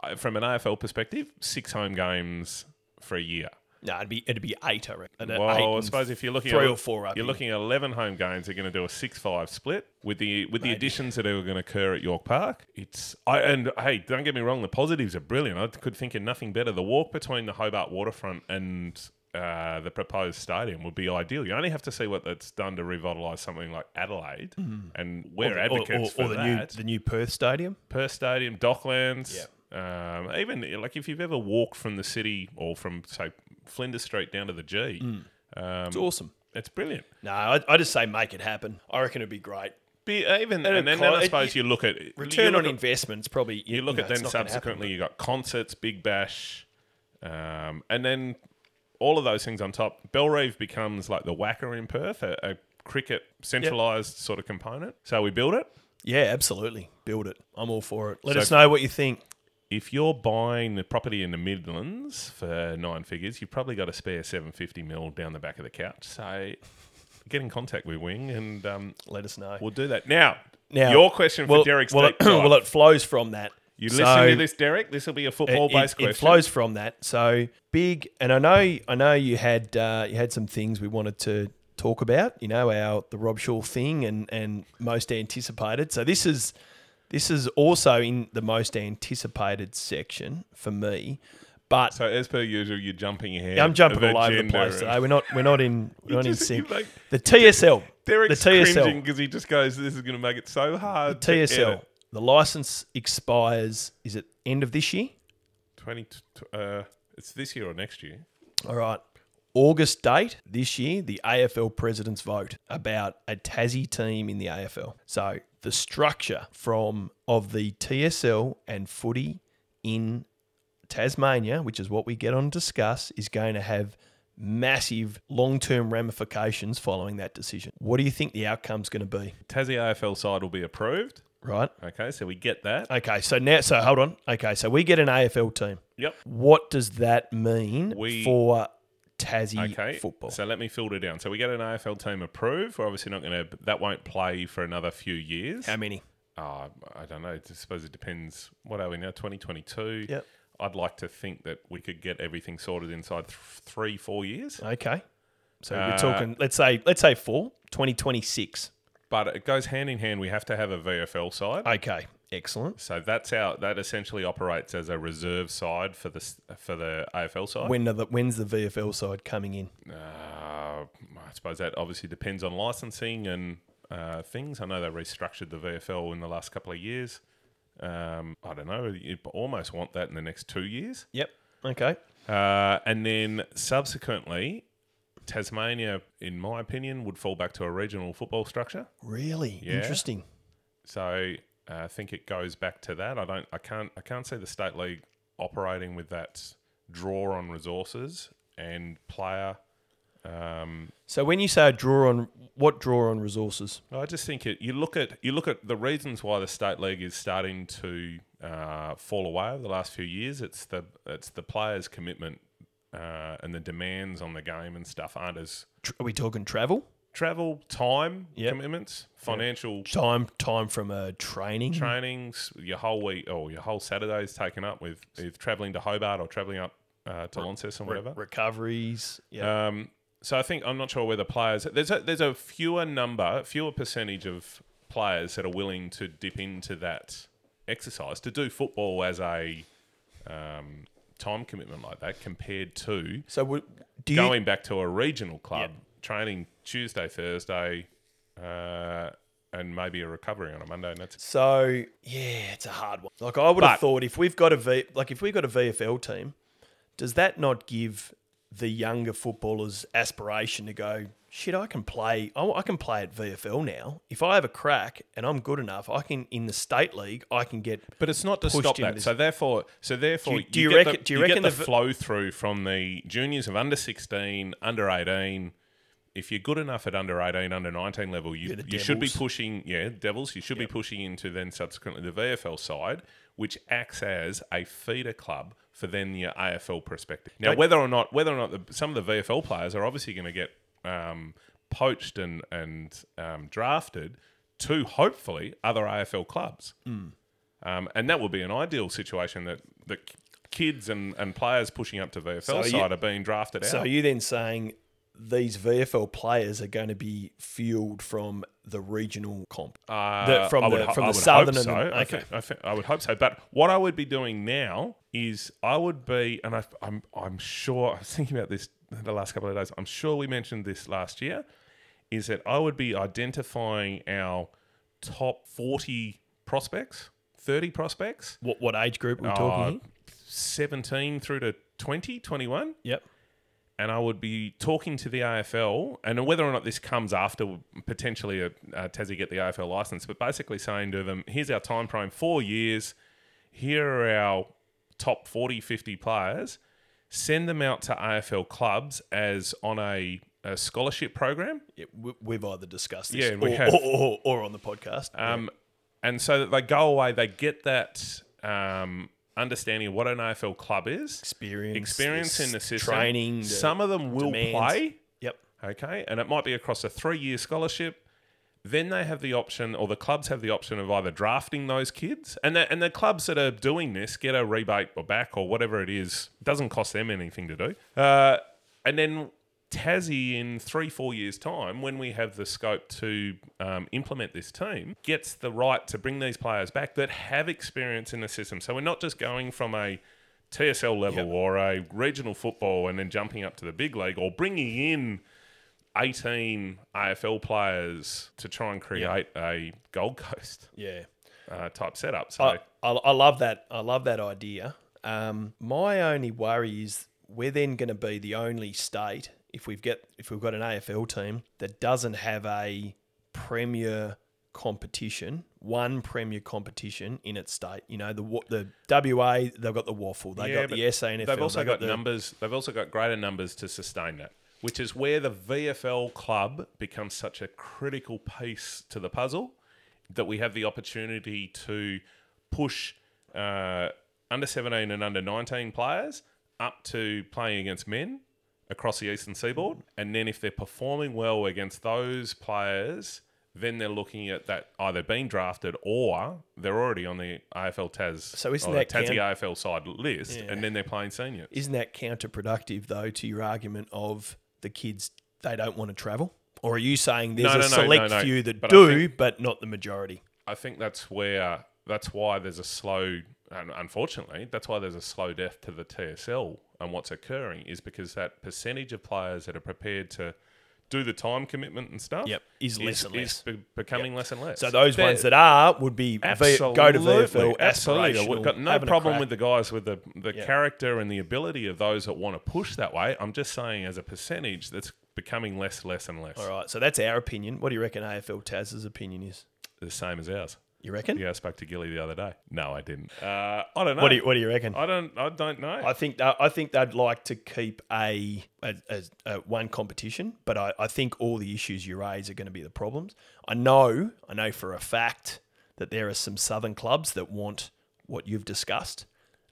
[SPEAKER 2] uh, from an AFL perspective, six home games for a year.
[SPEAKER 3] No, it'd be it'd be eight. I reckon. At
[SPEAKER 2] Well,
[SPEAKER 3] eight
[SPEAKER 2] I
[SPEAKER 3] and
[SPEAKER 2] suppose if you're looking
[SPEAKER 3] uh, three
[SPEAKER 2] at,
[SPEAKER 3] or four up
[SPEAKER 2] you're
[SPEAKER 3] here.
[SPEAKER 2] looking at 11 home games. They're going to do a six-five split with the with the additions that are going to occur at York Park. It's I and hey, don't get me wrong, the positives are brilliant. I could think of nothing better. The walk between the Hobart waterfront and uh, the proposed stadium would be ideal. You only have to see what that's done to revitalise something like Adelaide, and we're
[SPEAKER 3] Mm-hmm. Or- or,
[SPEAKER 2] advocates
[SPEAKER 3] or,
[SPEAKER 2] for
[SPEAKER 3] or the
[SPEAKER 2] that.
[SPEAKER 3] new the new Perth Stadium.
[SPEAKER 2] Perth Stadium, Docklands. Um, even like if you've ever walked from the city or from say Flinders Street down to the G,
[SPEAKER 3] Mm.
[SPEAKER 2] um,
[SPEAKER 3] It's awesome.
[SPEAKER 2] it's brilliant.
[SPEAKER 3] No, I, I just say make it happen. I reckon it'd be great.
[SPEAKER 2] Be, uh, even and, then,
[SPEAKER 3] co-
[SPEAKER 2] then I
[SPEAKER 3] it-
[SPEAKER 2] suppose you look at you
[SPEAKER 3] Return
[SPEAKER 2] look
[SPEAKER 3] on
[SPEAKER 2] at-
[SPEAKER 3] investment's probably
[SPEAKER 2] You look
[SPEAKER 3] know,
[SPEAKER 2] at
[SPEAKER 3] it's
[SPEAKER 2] then
[SPEAKER 3] not gonna happen.
[SPEAKER 2] subsequently you got concerts, Big Bash, um, and then all of those things on top. Belrive becomes like the whacker in Perth, a, a cricket centralised sort of component. So we build it.
[SPEAKER 3] Yeah, absolutely. Build it. I'm all for it. Let
[SPEAKER 2] So-
[SPEAKER 3] us know what you think.
[SPEAKER 2] if you're buying the property in the Midlands for nine figures, you've probably got a spare 750 mil down the back of the couch. So get in contact with Wing and um,
[SPEAKER 3] Let us know.
[SPEAKER 2] we'll do that. Now,
[SPEAKER 3] Now,
[SPEAKER 2] your question for
[SPEAKER 3] well,
[SPEAKER 2] Derek's
[SPEAKER 3] well,
[SPEAKER 2] deep dive.
[SPEAKER 3] well, it flows from that.
[SPEAKER 2] you
[SPEAKER 3] So-
[SPEAKER 2] listen to this, Derek. This will be a football
[SPEAKER 3] it,
[SPEAKER 2] based
[SPEAKER 3] it,
[SPEAKER 2] question.
[SPEAKER 3] it flows from that. So big, and I know, I know you had uh, you had some things we wanted to talk about. You know, our the Rob Shaw thing and and most anticipated. So this is this is also in the most anticipated section for me. But
[SPEAKER 2] So, as per usual, you're jumping ahead.
[SPEAKER 3] I'm jumping
[SPEAKER 2] of
[SPEAKER 3] all over the
[SPEAKER 2] agenda
[SPEAKER 3] place
[SPEAKER 2] and-
[SPEAKER 3] Uh, today. We're not we're not in we're not in
[SPEAKER 2] just-
[SPEAKER 3] sync.
[SPEAKER 2] you like-
[SPEAKER 3] The TSL,
[SPEAKER 2] Derek's
[SPEAKER 3] the TSL,
[SPEAKER 2] cringing because he just goes, This is going to make it so hard. to
[SPEAKER 3] TSL.
[SPEAKER 2] edit."
[SPEAKER 3] The license expires. Is it end of this year?
[SPEAKER 2] 20, uh, it's this year or next year.
[SPEAKER 3] All right. August date this year, the AFL president's vote about a Tassie team in the AFL. So the structure from of the TSL and footy in Tasmania, which is what we get on discuss, is going to have massive long-term ramifications following that decision. What do you think the outcome's going to be?
[SPEAKER 2] Tassie AFL side will be approved.
[SPEAKER 3] Right?
[SPEAKER 2] Okay, so we get that.
[SPEAKER 3] Okay, so now so hold on. Okay, so we get an AFL team.
[SPEAKER 2] Yep.
[SPEAKER 3] What does that mean
[SPEAKER 2] We-
[SPEAKER 3] for Tassie
[SPEAKER 2] Okay.
[SPEAKER 3] football?
[SPEAKER 2] So let me filter down. So we get an AFL team approved. We're obviously not going to. That won't play for another few years.
[SPEAKER 3] How many?
[SPEAKER 2] Oh, I don't know. I suppose it depends. What are we now? Twenty twenty two.
[SPEAKER 3] Yep.
[SPEAKER 2] I'd like to think that we could get everything sorted inside th- three, four years.
[SPEAKER 3] Okay. So
[SPEAKER 2] Uh,
[SPEAKER 3] we're talking let's say let's say four, 2026.
[SPEAKER 2] But it goes hand in hand. We have to have a VFL side.
[SPEAKER 3] Okay. Excellent.
[SPEAKER 2] So that's how that essentially operates as a reserve side for the s- for the AFL side.
[SPEAKER 3] When are the, when's the VFL side coming in?
[SPEAKER 2] Uh, I suppose that obviously depends on licensing and uh, things. I know they restructured the VFL in the last couple of years. Um, I don't know. You almost want that in the next two years.
[SPEAKER 3] Yep. Okay.
[SPEAKER 2] Uh, and then subsequently, Tasmania, in my opinion, would fall back to a regional football structure.
[SPEAKER 3] Really interesting.
[SPEAKER 2] So uh, I think it goes back to that. I don't. I can't. I can't see the state league operating with that draw on resources and player. Um,
[SPEAKER 3] So when you say a draw on what draw on resources?
[SPEAKER 2] Well, I just think it. You look at you look at the reasons why the state league is starting to uh, fall away over the last few years. It's the it's the players' commitment uh, and the demands on the game and stuff aren't as
[SPEAKER 3] Tr- Are we talking travel?
[SPEAKER 2] travel, time
[SPEAKER 3] Yep.
[SPEAKER 2] commitments, financial
[SPEAKER 3] Time time from a training.
[SPEAKER 2] trainings, your whole week or your whole Saturday's taken up with with traveling to Hobart or traveling up uh, to Launceston,
[SPEAKER 3] re-
[SPEAKER 2] whatever.
[SPEAKER 3] recoveries. Yeah.
[SPEAKER 2] Um, so I think I'm not sure whether players there's a there's a fewer number, fewer percentage of players that are willing to dip into that exercise to do football as a um, time commitment like that compared to
[SPEAKER 3] so would, do you
[SPEAKER 2] going back to a regional club training Tuesday, Thursday, uh, and maybe a recovery on a Monday. And that's
[SPEAKER 3] So yeah, it's a hard one. Like I would
[SPEAKER 2] But-
[SPEAKER 3] have thought if we've got a v, like if we've got a VFL team, does that not give the younger footballers aspiration to go? Shit, I can play. I, I can play at VFL now. If I have a crack and I'm good enough, I can in the state league. I can get.
[SPEAKER 2] But it's not to
[SPEAKER 3] pushed
[SPEAKER 2] stop
[SPEAKER 3] into
[SPEAKER 2] that.
[SPEAKER 3] this-
[SPEAKER 2] So therefore, so therefore,
[SPEAKER 3] Do you- do you
[SPEAKER 2] get
[SPEAKER 3] reckon-
[SPEAKER 2] The,
[SPEAKER 3] do you
[SPEAKER 2] get
[SPEAKER 3] reckon
[SPEAKER 2] the,
[SPEAKER 3] the v-
[SPEAKER 2] flow through from the juniors of under sixteen, under eighteen? If you're good enough at under eighteen, under nineteen level, you,
[SPEAKER 3] the
[SPEAKER 2] you should be
[SPEAKER 3] Devils.
[SPEAKER 2] pushing. Yeah, Devils. You should be pushing into then subsequently the VFL side, which acts as a feeder club for then your AFL perspective. Now, whether or not whether or not the, some of the VFL players are obviously going to get um, poached and and um, drafted to hopefully other AFL clubs. Um, and that would be an ideal situation that the kids and, and players pushing up to VFL
[SPEAKER 3] you-
[SPEAKER 2] side are being drafted
[SPEAKER 3] So
[SPEAKER 2] out.
[SPEAKER 3] are you then saying these VFL players are going to be fueled from the regional comp?
[SPEAKER 2] Uh,
[SPEAKER 3] the- from
[SPEAKER 2] I would
[SPEAKER 3] the-
[SPEAKER 2] ho-
[SPEAKER 3] from
[SPEAKER 2] I
[SPEAKER 3] the
[SPEAKER 2] would
[SPEAKER 3] southern
[SPEAKER 2] hope
[SPEAKER 3] and
[SPEAKER 2] so.
[SPEAKER 3] the-
[SPEAKER 2] I, think, I, think, I would hope so. But what I would be doing now is I would be, and I, I'm I'm sure I was thinking about this the last couple of days. I'm sure we mentioned this last year, is that I would be identifying our top 40 prospects, 30 prospects,
[SPEAKER 3] What what age group are we
[SPEAKER 2] uh,
[SPEAKER 3] talking? Here?
[SPEAKER 2] 17 through to 20, 21.
[SPEAKER 3] Yep.
[SPEAKER 2] and I would be talking to the AFL, and whether or not this comes after potentially a, uh Tassie get the AFL license, but basically saying to them, here's our time frame, four years, here are our top 40, 50 players, send them out to AFL clubs as on a, a scholarship program,
[SPEAKER 3] Yeah, we- we've either discussed this
[SPEAKER 2] Yeah, we
[SPEAKER 3] or,
[SPEAKER 2] have.
[SPEAKER 3] or, or, or on the podcast.
[SPEAKER 2] um, and so that they go away, they get that um, understanding of what an AFL club is,
[SPEAKER 3] experience,
[SPEAKER 2] experience in the system,
[SPEAKER 3] training. the-
[SPEAKER 2] Some of them will
[SPEAKER 3] demands.
[SPEAKER 2] play.
[SPEAKER 3] Yep.
[SPEAKER 2] okay? And it might be across a three year scholarship. Then they have the option, or the clubs have the option of either drafting those kids, and the, and the clubs that are doing this get a rebate or back or whatever it is. doesn't cost them anything to do. Uh, and then Tassie, in three, four years' time, when we have the scope to um, implement this team, gets the right to bring these players back that have experience in the system. So we're not just going from a TSL level or a regional football and then jumping up to the big league or bringing in 18 AFL players to try and create a Gold Coast
[SPEAKER 3] Yeah.
[SPEAKER 2] uh, type setup. So
[SPEAKER 3] I, I, I love that. I love that idea. Um, my only worry is we're then going to be the only state if we've get if we've got an AFL team that doesn't have a premier competition, one premier competition in its state. You know the wa- the WA they've got the waffle, they
[SPEAKER 2] Yeah,
[SPEAKER 3] have got the
[SPEAKER 2] but
[SPEAKER 3] SANFL,
[SPEAKER 2] they've also
[SPEAKER 3] they
[SPEAKER 2] got,
[SPEAKER 3] the,
[SPEAKER 2] numbers. They've also got greater numbers to sustain that, which is where the VFL club becomes such a critical piece to the puzzle that we have the opportunity to push uh, under 17 and under 19 players up to playing against men across the eastern seaboard and then if they're performing well against those players then they're looking at that either being drafted or they're already on the AFL Tas
[SPEAKER 3] So isn't
[SPEAKER 2] or Oh, the
[SPEAKER 3] that
[SPEAKER 2] Tassie
[SPEAKER 3] count-
[SPEAKER 2] AFL side list, and then they're playing senior.
[SPEAKER 3] Isn't that counterproductive though to your argument of the kids they don't want to travel? Or are you saying there's
[SPEAKER 2] No,
[SPEAKER 3] a
[SPEAKER 2] no, no, no,
[SPEAKER 3] select
[SPEAKER 2] no.
[SPEAKER 3] few that
[SPEAKER 2] But I
[SPEAKER 3] do, but not the majority?
[SPEAKER 2] I think that's where that's why there's a slow, and unfortunately, that's why there's a slow death to the TSL and what's occurring is because that percentage of players that are prepared to do the time commitment and stuff
[SPEAKER 3] Yep, is less and less.
[SPEAKER 2] be- becoming less and less.
[SPEAKER 3] So those
[SPEAKER 2] They're-
[SPEAKER 3] ones that are would be v-
[SPEAKER 2] Absolutely.
[SPEAKER 3] go to VFL.
[SPEAKER 2] Absolutely. We've
[SPEAKER 3] aspirational,
[SPEAKER 2] got no
[SPEAKER 3] having a
[SPEAKER 2] problem
[SPEAKER 3] crack.
[SPEAKER 2] with the guys with the, the character and the ability of those that want to push that way. I'm just saying, as a percentage, that's becoming less, less, and less.
[SPEAKER 3] All right, so that's our opinion. What do you reckon AFL Taz's opinion is?
[SPEAKER 2] The same as ours.
[SPEAKER 3] You reckon?
[SPEAKER 2] Yeah, I spoke to Gilly the other day. No, I didn't. Uh, I don't know.
[SPEAKER 3] What do you What do you reckon?
[SPEAKER 2] I don't. I don't know.
[SPEAKER 3] I think that, I think they'd like to keep a, a, a, a one competition, but I, I think all the issues you raise are going to be the problems. I know I know for a fact that there are some southern clubs that want what you've discussed,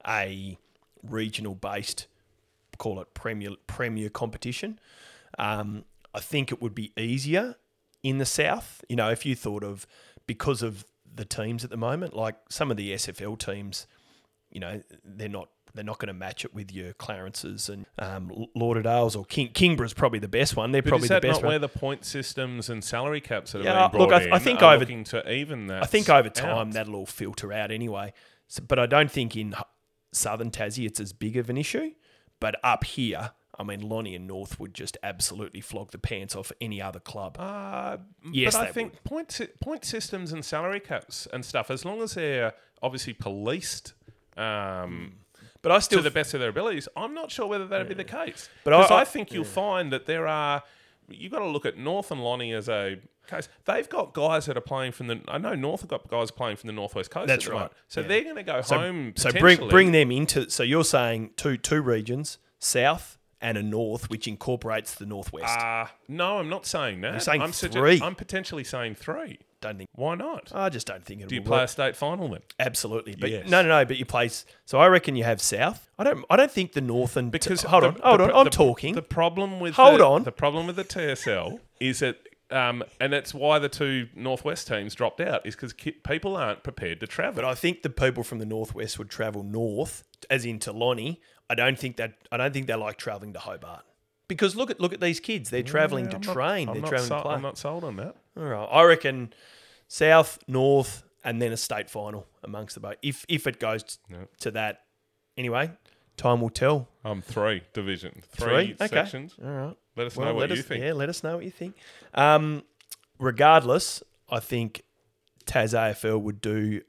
[SPEAKER 3] a regional based, call it premier premier competition. Um, I think it would be easier in the south. You know, if you thought of because of the teams at the moment, like some of the SFL teams you know they're not they're not going to match it with your Clarences and um, L- Lauderdales or King Kingborough's probably the best one. They're
[SPEAKER 2] But
[SPEAKER 3] probably
[SPEAKER 2] is that
[SPEAKER 3] the best
[SPEAKER 2] not
[SPEAKER 3] one.
[SPEAKER 2] where the point systems and salary caps that have
[SPEAKER 3] Yeah,
[SPEAKER 2] been
[SPEAKER 3] look,
[SPEAKER 2] brought
[SPEAKER 3] I-
[SPEAKER 2] in
[SPEAKER 3] I think
[SPEAKER 2] are
[SPEAKER 3] over-
[SPEAKER 2] looking to even that?
[SPEAKER 3] I think over
[SPEAKER 2] out?
[SPEAKER 3] time that'll all filter out anyway. So, but I don't think in h- Southern Tassie it's as big of an issue. But up here, I mean, Lonnie and North would just absolutely flog the pants off any other club.
[SPEAKER 2] Uh,
[SPEAKER 3] Yes,
[SPEAKER 2] but I
[SPEAKER 3] they
[SPEAKER 2] think point si- point systems and salary caps and stuff, as long as they're obviously policed um,
[SPEAKER 3] Mm. But I
[SPEAKER 2] to
[SPEAKER 3] still
[SPEAKER 2] the best of their abilities, I'm not sure whether that'd be the case.
[SPEAKER 3] But
[SPEAKER 2] Because
[SPEAKER 3] I-
[SPEAKER 2] I,
[SPEAKER 3] I-
[SPEAKER 2] think you'll find that there are. You've got to look at North and Lonnie as a case. They've got guys that are playing from the. I know North have got guys playing from the northwest coast.
[SPEAKER 3] That's
[SPEAKER 2] at the moment.
[SPEAKER 3] right.
[SPEAKER 2] So they're going to go home.
[SPEAKER 3] So bring
[SPEAKER 2] potentially.
[SPEAKER 3] bring them into. So you're saying two two regions, South and a North, which incorporates the Northwest.
[SPEAKER 2] Uh, no, I'm not saying that.
[SPEAKER 3] saying
[SPEAKER 2] I'm sugge-
[SPEAKER 3] three. Oh,
[SPEAKER 2] I'm potentially saying three.
[SPEAKER 3] don't think.
[SPEAKER 2] Why not?
[SPEAKER 3] I just don't think it'll
[SPEAKER 2] Do you
[SPEAKER 3] work.
[SPEAKER 2] play a state final then?
[SPEAKER 3] Absolutely, but
[SPEAKER 2] Yes.
[SPEAKER 3] no, no, no. But you place. So I reckon you have South. I don't. I don't think the North and
[SPEAKER 2] Because
[SPEAKER 3] hold
[SPEAKER 2] the-
[SPEAKER 3] on, hold
[SPEAKER 2] the-
[SPEAKER 3] on.
[SPEAKER 2] the-
[SPEAKER 3] I'm talking.
[SPEAKER 2] The problem with
[SPEAKER 3] Hold
[SPEAKER 2] the,
[SPEAKER 3] on.
[SPEAKER 2] The problem with the TSL is that, um, and that's why the two Northwest teams dropped out is because ki- people aren't prepared to travel.
[SPEAKER 3] but I think the people from the Northwest would travel north, as into Lonnie. I don't think that. I don't think they like traveling to Hobart. Because look at look at these kids. They're traveling
[SPEAKER 2] I'm
[SPEAKER 3] to
[SPEAKER 2] not-
[SPEAKER 3] train.
[SPEAKER 2] I'm
[SPEAKER 3] They're
[SPEAKER 2] not
[SPEAKER 3] traveling
[SPEAKER 2] sol-
[SPEAKER 3] to play.
[SPEAKER 2] I'm not sold on that.
[SPEAKER 3] All right. I reckon South, North, and then a state final amongst the both. If if it goes t- to that, anyway, time will tell.
[SPEAKER 2] I'm Um, three division,
[SPEAKER 3] Three?
[SPEAKER 2] three,
[SPEAKER 3] Okay.
[SPEAKER 2] sections.
[SPEAKER 3] All right.
[SPEAKER 2] Let us know
[SPEAKER 3] Well,
[SPEAKER 2] what
[SPEAKER 3] let
[SPEAKER 2] you
[SPEAKER 3] us,
[SPEAKER 2] think.
[SPEAKER 3] Yeah, let us know what you think. Um, regardless, I think Taz AFL would do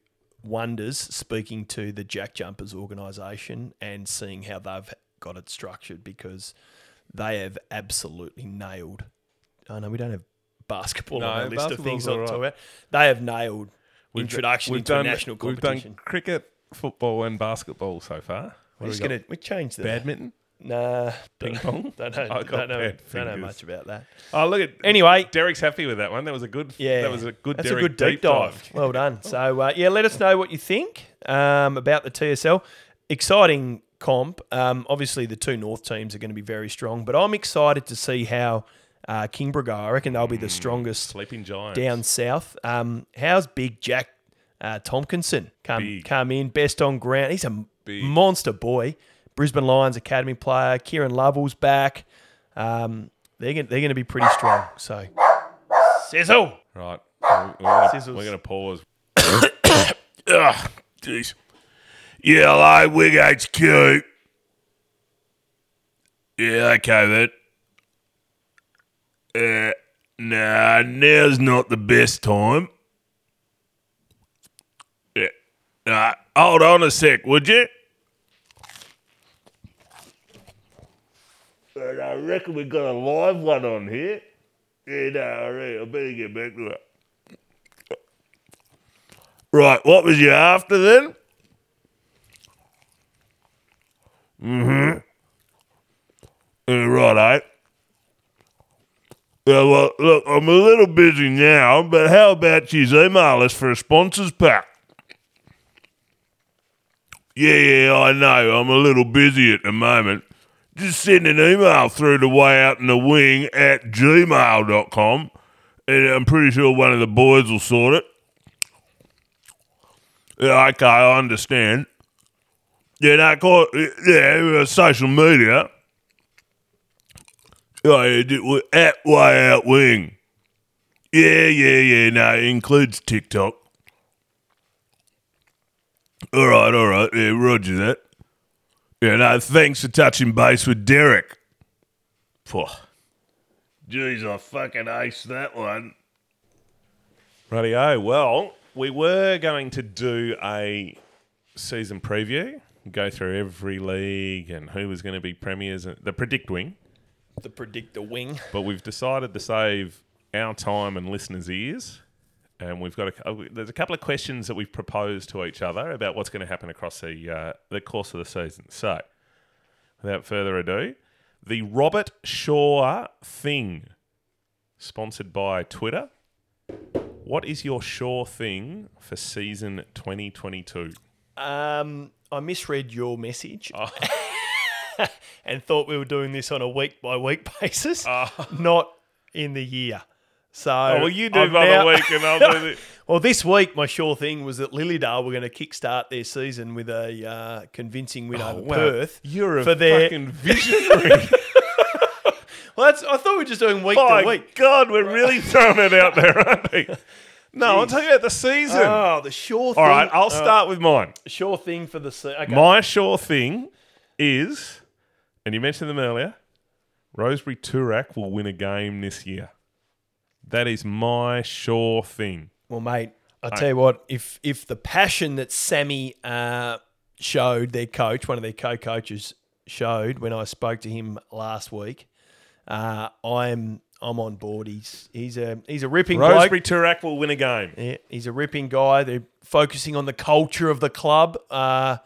[SPEAKER 3] wonders speaking to the Jack Jumpers organisation and seeing how they've got it structured because they have absolutely nailed. I know we don't have basketball
[SPEAKER 2] No,
[SPEAKER 3] on our list of things
[SPEAKER 2] basketball's
[SPEAKER 3] I'll
[SPEAKER 2] all
[SPEAKER 3] talk
[SPEAKER 2] right.
[SPEAKER 3] about. They have nailed introduction into a national
[SPEAKER 2] we've
[SPEAKER 3] competition.
[SPEAKER 2] done cricket, football, and basketball so far. What
[SPEAKER 3] We're just
[SPEAKER 2] have we
[SPEAKER 3] gonna we change the
[SPEAKER 2] got? badminton,
[SPEAKER 3] nah.
[SPEAKER 2] ping pong.
[SPEAKER 3] Don't know,
[SPEAKER 2] I got
[SPEAKER 3] don't, know,
[SPEAKER 2] bad
[SPEAKER 3] don't know
[SPEAKER 2] fingers.
[SPEAKER 3] much about that.
[SPEAKER 2] Oh look at
[SPEAKER 3] Anyway,
[SPEAKER 2] Derek's happy with that one. That was a good.
[SPEAKER 3] Yeah,
[SPEAKER 2] that was a good.
[SPEAKER 3] That's
[SPEAKER 2] Derek
[SPEAKER 3] a good deep, dive. Well done. So uh, yeah, let us know what you think um, about the TSL. Exciting comp. Um, obviously, the two North teams are going to be very strong, but I'm excited to see how uh, Kingborough. I reckon they'll be
[SPEAKER 2] Mm,
[SPEAKER 3] the strongest
[SPEAKER 2] Sleeping Giants.
[SPEAKER 3] down south. Um, how's Big Jack uh, Tompkinson come
[SPEAKER 2] Big.
[SPEAKER 3] come in? Best on ground. He's a monster boy. Brisbane Lions academy player. Kieran Lovell's back. Um, they're gonna, they're going to be pretty strong. So sizzle.
[SPEAKER 2] Right. We're gonna,
[SPEAKER 3] Sizzles.
[SPEAKER 2] we're gonna pause.
[SPEAKER 1] Ugh, jeez. Yeah, hello, Wig HQ. Yeah, okay then. Uh, nah, now's not the best time. Yeah. Uh, hold on a sec, would you? And I reckon we got a live one on here. Yeah, no, I reckon I better get back to it. Right, what was you after then? Mm-hmm. Yeah, right, Yeah, well, look, I'm a little busy now, but how about you email us for a sponsors pack? Yeah, yeah, I know. I'm a little busy at the moment. Just send an email through to way out in the wing at gmail.com, and I'm pretty sure one of the boys will sort it. Yeah, okay, I understand. Yeah, no, call, yeah, uh, social media. Oh, yeah, d- w- at Way Out Wing. Yeah, yeah, yeah, no, it includes TikTok. All right, all right. Yeah, roger that. Yeah, no, thanks for touching base with Derek. Phew. Jeez, I fucking aced that one.
[SPEAKER 2] Rightio. Well, we were going to do a season preview, go through every league and who was going to be premiers, and- the predict wing,
[SPEAKER 3] The predictor wing.
[SPEAKER 2] but we've decided to save our time and listeners' ears. And we've got a, uh, there's a couple of questions that we've proposed to each other about what's going to happen across the uh, the course of the season. So, without further ado, the Robert Shaw thing, sponsored by Twitter. What is your sure thing for season 2022?
[SPEAKER 3] Um, I misread your message.
[SPEAKER 2] Oh.
[SPEAKER 3] and thought we were doing this on a week by week basis, not in the year. So,
[SPEAKER 2] Oh, well, you do
[SPEAKER 3] I'm
[SPEAKER 2] by
[SPEAKER 3] now-
[SPEAKER 2] the week, and I'll do it.
[SPEAKER 3] Well, this week, my sure thing was that Lilydale were going to kickstart their season with a uh, convincing
[SPEAKER 2] Oh,
[SPEAKER 3] win over Perth.
[SPEAKER 2] You're a
[SPEAKER 3] for their-
[SPEAKER 2] fucking visionary.
[SPEAKER 3] Well, that's, I thought we were just doing week
[SPEAKER 2] My
[SPEAKER 3] to week.
[SPEAKER 2] God, we're really throwing it out there, aren't we? No, I'll tell you about the season.
[SPEAKER 3] Oh, the sure thing.
[SPEAKER 2] Hmm. All right, I'll start with mine.
[SPEAKER 3] Sure thing for the se- Oh. okay.
[SPEAKER 2] My sure thing is, and you mentioned them earlier, Rosebery Turak will win a game this year. That is my sure thing.
[SPEAKER 3] Well, mate, I tell you what. If if the passion that Sammy uh, showed their coach, one of their co-coaches showed when I spoke to him last week, uh, I'm I'm on board. He's he's a he's a ripping bloke.
[SPEAKER 2] Rosebery Turak will win a game.
[SPEAKER 3] Yeah, he's a ripping guy. They're focusing on the culture of the club. Uh,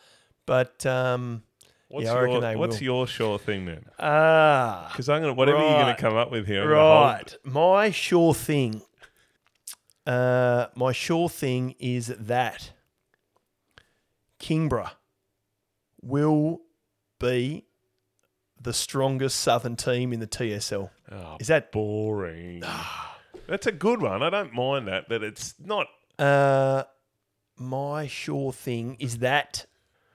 [SPEAKER 3] but um,
[SPEAKER 2] What's,
[SPEAKER 3] yeah, I reckon they
[SPEAKER 2] your, what's
[SPEAKER 3] will.
[SPEAKER 2] your sure thing then?
[SPEAKER 3] ah,
[SPEAKER 2] Because I'm gonna whatever you're gonna
[SPEAKER 3] Right.
[SPEAKER 2] come up with here. I'm gonna hold-
[SPEAKER 3] Right. My sure thing. Uh, my sure thing is that Kingbra will be the strongest Southern team in the TSL.
[SPEAKER 2] Oh,
[SPEAKER 3] Is that?
[SPEAKER 2] boring?
[SPEAKER 3] Ah.
[SPEAKER 2] That's a good one. I don't mind that, but it's not.
[SPEAKER 3] Uh, my sure thing is that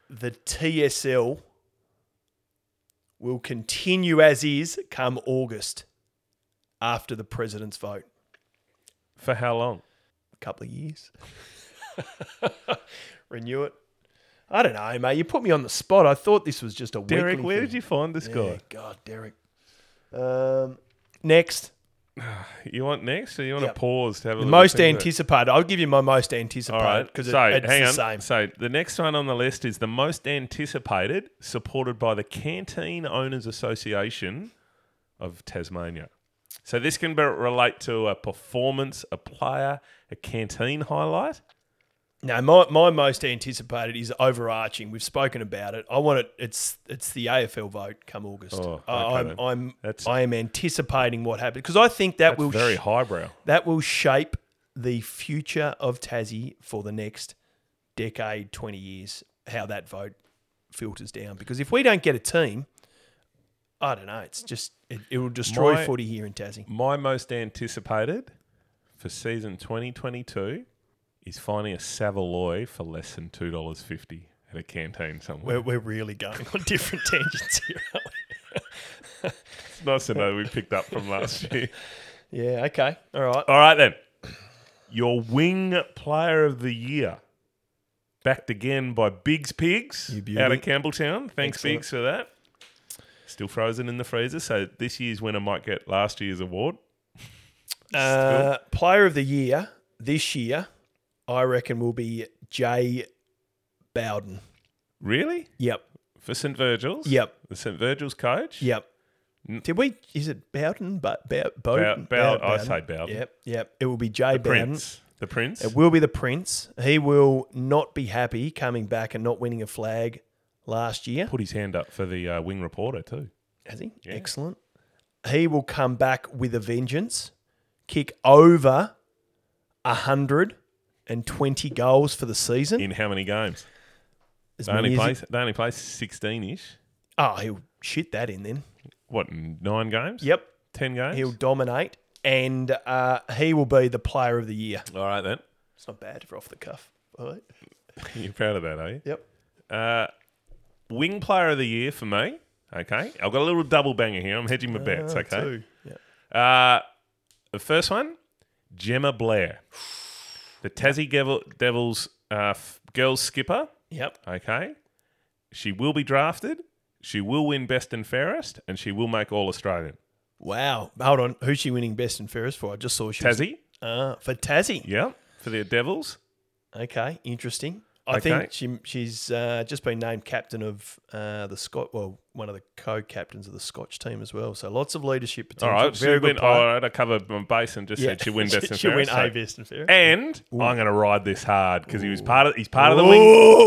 [SPEAKER 3] the TSL will continue as is come August after the president's vote.
[SPEAKER 2] For how long?
[SPEAKER 3] couple of years. Renew it. I don't know, mate. You put me on the spot. I thought this was just a
[SPEAKER 2] Derek,
[SPEAKER 3] weekly
[SPEAKER 2] where
[SPEAKER 3] thing.
[SPEAKER 2] did you find this
[SPEAKER 3] Yeah, God, Derek. Um, next,
[SPEAKER 2] guy? You want next, or you want
[SPEAKER 3] Yep.
[SPEAKER 2] to pause to have a
[SPEAKER 3] the
[SPEAKER 2] little
[SPEAKER 3] most
[SPEAKER 2] think about it?
[SPEAKER 3] anticipated. I'll give you my most
[SPEAKER 2] All
[SPEAKER 3] anticipated
[SPEAKER 2] right,
[SPEAKER 3] because
[SPEAKER 2] so
[SPEAKER 3] it, it's
[SPEAKER 2] hang
[SPEAKER 3] the
[SPEAKER 2] on.
[SPEAKER 3] same.
[SPEAKER 2] So the next one on the list is the most anticipated, supported by the Canteen Owners Association of Tasmania. So this can be, relate to a performance, a player, a canteen highlight.
[SPEAKER 3] No, my, my most anticipated is overarching. We've spoken about it. I want it. It's it's the AFL vote come August.
[SPEAKER 2] Oh,
[SPEAKER 3] I-
[SPEAKER 2] okay
[SPEAKER 3] I'm
[SPEAKER 2] then.
[SPEAKER 3] I'm
[SPEAKER 2] That's-
[SPEAKER 3] I am anticipating what happens because I think that
[SPEAKER 2] That's
[SPEAKER 3] will
[SPEAKER 2] very
[SPEAKER 3] sh-
[SPEAKER 2] highbrow.
[SPEAKER 3] that will shape the future of Tassie for the next decade, 20 years, how that vote filters down. Because if we don't get a team, I don't know, it's just, it, it will destroy
[SPEAKER 2] My-
[SPEAKER 3] footy here in Tassie.
[SPEAKER 2] My most anticipated for season 2022 is finding a Savaloy for less than $2.50 at a canteen somewhere.
[SPEAKER 3] We're, we're really going on different tangents here, aren't
[SPEAKER 2] it's nice to know we picked up from last year.
[SPEAKER 3] we? Yeah, okay. All right.
[SPEAKER 2] All right, then. Your wing player of the year. Backed again by Biggs Pigs
[SPEAKER 3] You beauty.
[SPEAKER 2] out of Campbelltown. Thanks,
[SPEAKER 3] Excellent.
[SPEAKER 2] Biggs, for that. Still frozen in the freezer, so this year's winner might get last year's award.
[SPEAKER 3] Uh, player of the year this year, I reckon, will be Jay Bowden.
[SPEAKER 2] Really?
[SPEAKER 3] Yep.
[SPEAKER 2] For St. Virgil's?
[SPEAKER 3] Yep.
[SPEAKER 2] The St. Virgil's coach?
[SPEAKER 3] Yep. Did we? Is it Bowden? But Bow, Bowden,
[SPEAKER 2] Bow- Bow-
[SPEAKER 3] Bow-
[SPEAKER 2] I say Bowden.
[SPEAKER 3] Yep, yep. It will be Jay Bowden.
[SPEAKER 2] Prince. The Prince.
[SPEAKER 3] It will be the Prince. He will not be happy coming back and not winning a flag last year.
[SPEAKER 2] Put his hand up for the uh, wing reporter too.
[SPEAKER 3] Has he? Excellent. He will come back with a vengeance, kick over hundred and twenty goals for the season.
[SPEAKER 2] In how many games?
[SPEAKER 3] As
[SPEAKER 2] They
[SPEAKER 3] many
[SPEAKER 2] only
[SPEAKER 3] as he-
[SPEAKER 2] play. They only play sixteen ish.
[SPEAKER 3] Oh, he'll shit that in then.
[SPEAKER 2] What nine games?
[SPEAKER 3] Yep.
[SPEAKER 2] ten games.
[SPEAKER 3] He'll dominate, and uh, he will be the player of the year.
[SPEAKER 2] All right then.
[SPEAKER 3] It's not bad for off the cuff. All right.
[SPEAKER 2] You're proud of that, are you?
[SPEAKER 3] Yep.
[SPEAKER 2] Uh, wing player of the year for me. Okay, I've got a little double banger here. I'm hedging my bets. Okay.
[SPEAKER 3] Ah, Two. Yep.
[SPEAKER 2] Uh, the first one, Gemma Blair, the Tassie Devil, Devils uh, f- girls skipper.
[SPEAKER 3] Yep.
[SPEAKER 2] Okay. She will be drafted. She will win best and fairest, and she will make all Australian.
[SPEAKER 3] Wow. Hold on. Who's she winning best and fairest for? I just saw she was-
[SPEAKER 2] Tassie,
[SPEAKER 3] Ah, for Tassie.
[SPEAKER 2] yeah, for the Devils.
[SPEAKER 3] Okay, interesting. I
[SPEAKER 2] Okay.
[SPEAKER 3] think she she's uh, just been named captain of uh, the Scot. Well, one of the co-captains of the Scotch team as well. So lots of leadership
[SPEAKER 2] All
[SPEAKER 3] potential.
[SPEAKER 2] right,
[SPEAKER 3] Very
[SPEAKER 2] she win.
[SPEAKER 3] good player.
[SPEAKER 2] All right, I covered my base and just
[SPEAKER 3] Yeah.
[SPEAKER 2] said she win best and
[SPEAKER 3] She'll win
[SPEAKER 2] fairest. so-
[SPEAKER 3] a best and fairest.
[SPEAKER 2] And I'm going to ride this hard because he was part of. He's part of the wing.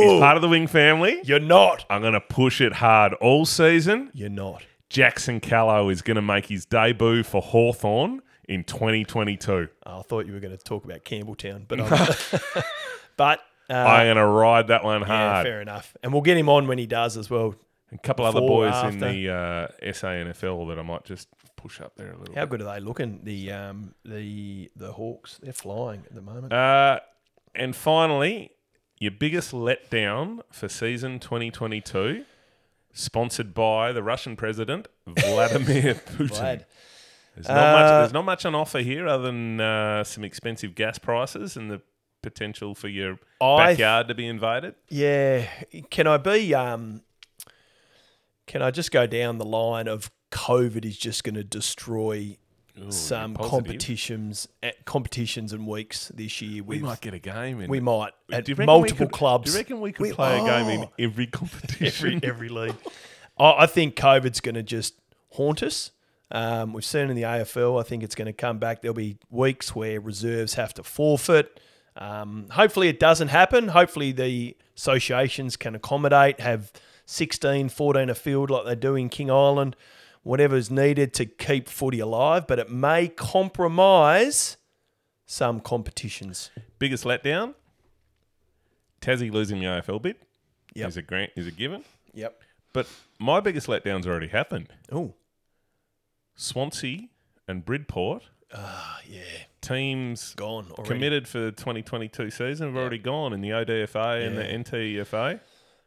[SPEAKER 2] He's part of the wing family.
[SPEAKER 3] You're not.
[SPEAKER 2] I'm going to push it hard all season.
[SPEAKER 3] You're not.
[SPEAKER 2] Jackson Callow is going to make his debut for Hawthorn in 2022.
[SPEAKER 3] Oh, I thought you were going to talk about Campbelltown, but I'm- but uh,
[SPEAKER 2] I'm going to ride that one
[SPEAKER 3] yeah,
[SPEAKER 2] hard.
[SPEAKER 3] fair enough. And we'll get him on when he does as well.
[SPEAKER 2] a couple other
[SPEAKER 3] Before,
[SPEAKER 2] boys in
[SPEAKER 3] after.
[SPEAKER 2] the uh, SANFL that I might just push up there a little.
[SPEAKER 3] How good are they looking? The um the the Hawks. They're flying at the moment.
[SPEAKER 2] bit. Uh, and finally, your biggest letdown for season 2022, sponsored by the Russian president Vladimir Putin.
[SPEAKER 3] Glad.
[SPEAKER 2] There's not much.
[SPEAKER 3] Uh,
[SPEAKER 2] There's not much on offer here other than uh, some expensive gas prices and the potential for your
[SPEAKER 3] I-
[SPEAKER 2] backyard to be invaded.
[SPEAKER 3] Yeah. Can I be um can I just go down the line of COVID is just going to destroy some
[SPEAKER 2] you're positive.
[SPEAKER 3] competitions eh, competitions and weeks this year
[SPEAKER 2] We
[SPEAKER 3] with
[SPEAKER 2] might get a game in.
[SPEAKER 3] we might at
[SPEAKER 2] Do you reckon we
[SPEAKER 3] multiple
[SPEAKER 2] could-
[SPEAKER 3] clubs.
[SPEAKER 2] Do you reckon we could
[SPEAKER 3] We-
[SPEAKER 2] play a game
[SPEAKER 3] oh.
[SPEAKER 2] in every competition?
[SPEAKER 3] every every league. I, I think COVID's going to just haunt us. Um, we've seen in the AFL. I think it's going to come back. There'll be weeks where reserves have to forfeit. Um, hopefully, it doesn't happen. Hopefully, the associations can accommodate, have 16, 14 a field like they do in King Island, whatever's needed to keep footy alive. But it may compromise some competitions.
[SPEAKER 2] Biggest letdown? Tassie losing the AFL bid.
[SPEAKER 3] Yep.
[SPEAKER 2] Is a grant is a given.
[SPEAKER 3] Yep.
[SPEAKER 2] But my biggest letdown's already happened.
[SPEAKER 3] Oh,
[SPEAKER 2] Swansea and Bridport,
[SPEAKER 3] yeah.
[SPEAKER 2] teams
[SPEAKER 3] Gone already.
[SPEAKER 2] committed for the 2022 season, have already gone in the ODFA and the NTFA.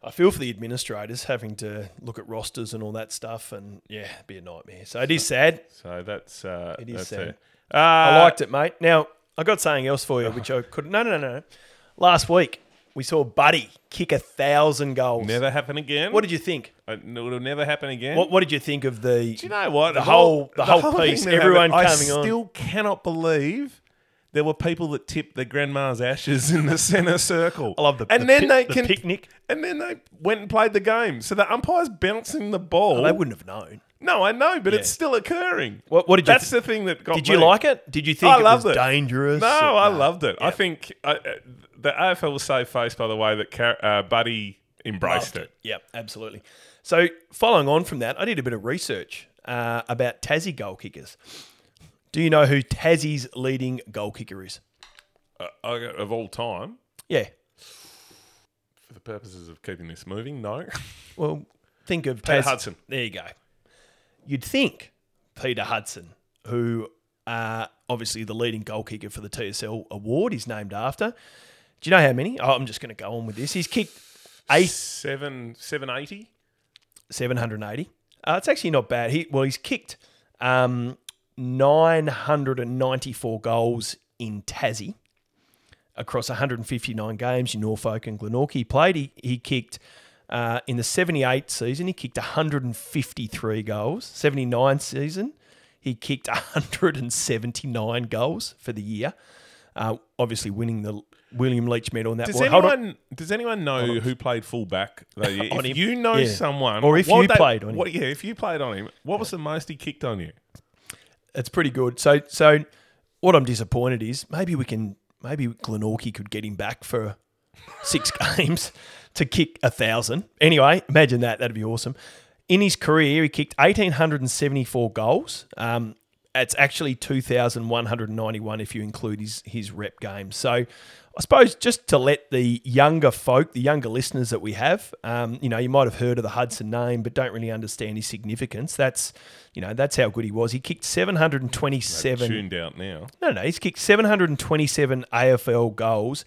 [SPEAKER 3] I feel for the administrators having to look at rosters and all that stuff, and yeah, it'd be a nightmare. So it is sad.
[SPEAKER 2] So that's uh,
[SPEAKER 3] It is
[SPEAKER 2] that's
[SPEAKER 3] sad.
[SPEAKER 2] it.
[SPEAKER 3] I
[SPEAKER 2] Uh,
[SPEAKER 3] liked it, mate. Now I got something else for you, which I couldn't. No, no, no, no. Last week we saw Buddy kick a thousand goals.
[SPEAKER 2] Never happen again.
[SPEAKER 3] What did you think?
[SPEAKER 2] Uh, no, it'll never happen again.
[SPEAKER 3] What What did you think of the?
[SPEAKER 2] Do you know what?
[SPEAKER 3] The whole- the whole
[SPEAKER 2] thing
[SPEAKER 3] piece,
[SPEAKER 2] that happened,
[SPEAKER 3] everyone
[SPEAKER 2] I
[SPEAKER 3] coming on.
[SPEAKER 2] still cannot believe there were people that tipped their grandma's ashes in the centre circle.
[SPEAKER 3] I love the
[SPEAKER 2] and
[SPEAKER 3] the
[SPEAKER 2] then
[SPEAKER 3] pic-
[SPEAKER 2] they
[SPEAKER 3] the
[SPEAKER 2] can
[SPEAKER 3] picnic.
[SPEAKER 2] and then they went and played the game. So the umpires bouncing the ball.
[SPEAKER 3] Oh, They wouldn't have known.
[SPEAKER 2] no, I know, but it's
[SPEAKER 3] Yeah.
[SPEAKER 2] still occurring.
[SPEAKER 3] What- what did you
[SPEAKER 2] That's
[SPEAKER 3] th-
[SPEAKER 2] the thing that got.
[SPEAKER 3] Did you
[SPEAKER 2] me.
[SPEAKER 3] like it? Did you think
[SPEAKER 2] Oh, I
[SPEAKER 3] it
[SPEAKER 2] loved
[SPEAKER 3] was
[SPEAKER 2] it.
[SPEAKER 3] dangerous?
[SPEAKER 2] No,
[SPEAKER 3] Or-
[SPEAKER 2] I loved it. I think I, uh, the AFL was so faced by the way that Car- uh, Buddy embraced it.
[SPEAKER 3] Yep, absolutely. So, following on from that, I did a bit of research uh, about Tassie goal kickers. Do you know who Tassie's leading goal kicker is?
[SPEAKER 2] Uh, of all time,
[SPEAKER 3] Yeah.
[SPEAKER 2] for the purposes of keeping this moving, no.
[SPEAKER 3] Well, think of
[SPEAKER 2] Peter
[SPEAKER 3] Tassie.
[SPEAKER 2] Hudson.
[SPEAKER 3] There you go. You'd think Peter Hudson, who uh, obviously the leading goal kicker for the TSL award, is named after. Do you know how many? Oh, I'm just going to go on with this. He's kicked eight
[SPEAKER 2] seven seven eighty.
[SPEAKER 3] 780. Uh, it's actually not bad. He well, he's kicked um, 994 goals in Tassie across 159 games in Norfolk and Glenorchy. He played. He, he kicked uh, in the 78 season. He kicked 153 goals. 79 season, he kicked 179 goals for the year. Uh, obviously, winning the William Leach Medal in that.
[SPEAKER 2] Does
[SPEAKER 3] one. Hold on.
[SPEAKER 2] anyone does anyone know who played fullback? That year?
[SPEAKER 3] On
[SPEAKER 2] if
[SPEAKER 3] him.
[SPEAKER 2] you know
[SPEAKER 3] Yeah.
[SPEAKER 2] someone,
[SPEAKER 3] Or if
[SPEAKER 2] what
[SPEAKER 3] you
[SPEAKER 2] they-
[SPEAKER 3] played on him.
[SPEAKER 2] what, yeah, if you played on him, what was the most he kicked on you?
[SPEAKER 3] It's pretty good. So so what I'm disappointed is maybe we can maybe Glenorchy could get him back for six games to kick a thousand. Anyway, imagine that. That'd be awesome. In his career, he kicked 1,874 goals. Um, it's actually 2,191 if you include his his rep games. So I suppose just to let the younger folk, the younger listeners that we have, um, you know, you might have heard of the Hudson name, but don't really understand his significance. That's, you know, that's how good he was. He kicked 727
[SPEAKER 2] Tuned out now.
[SPEAKER 3] no, no, he's kicked 727 AFL goals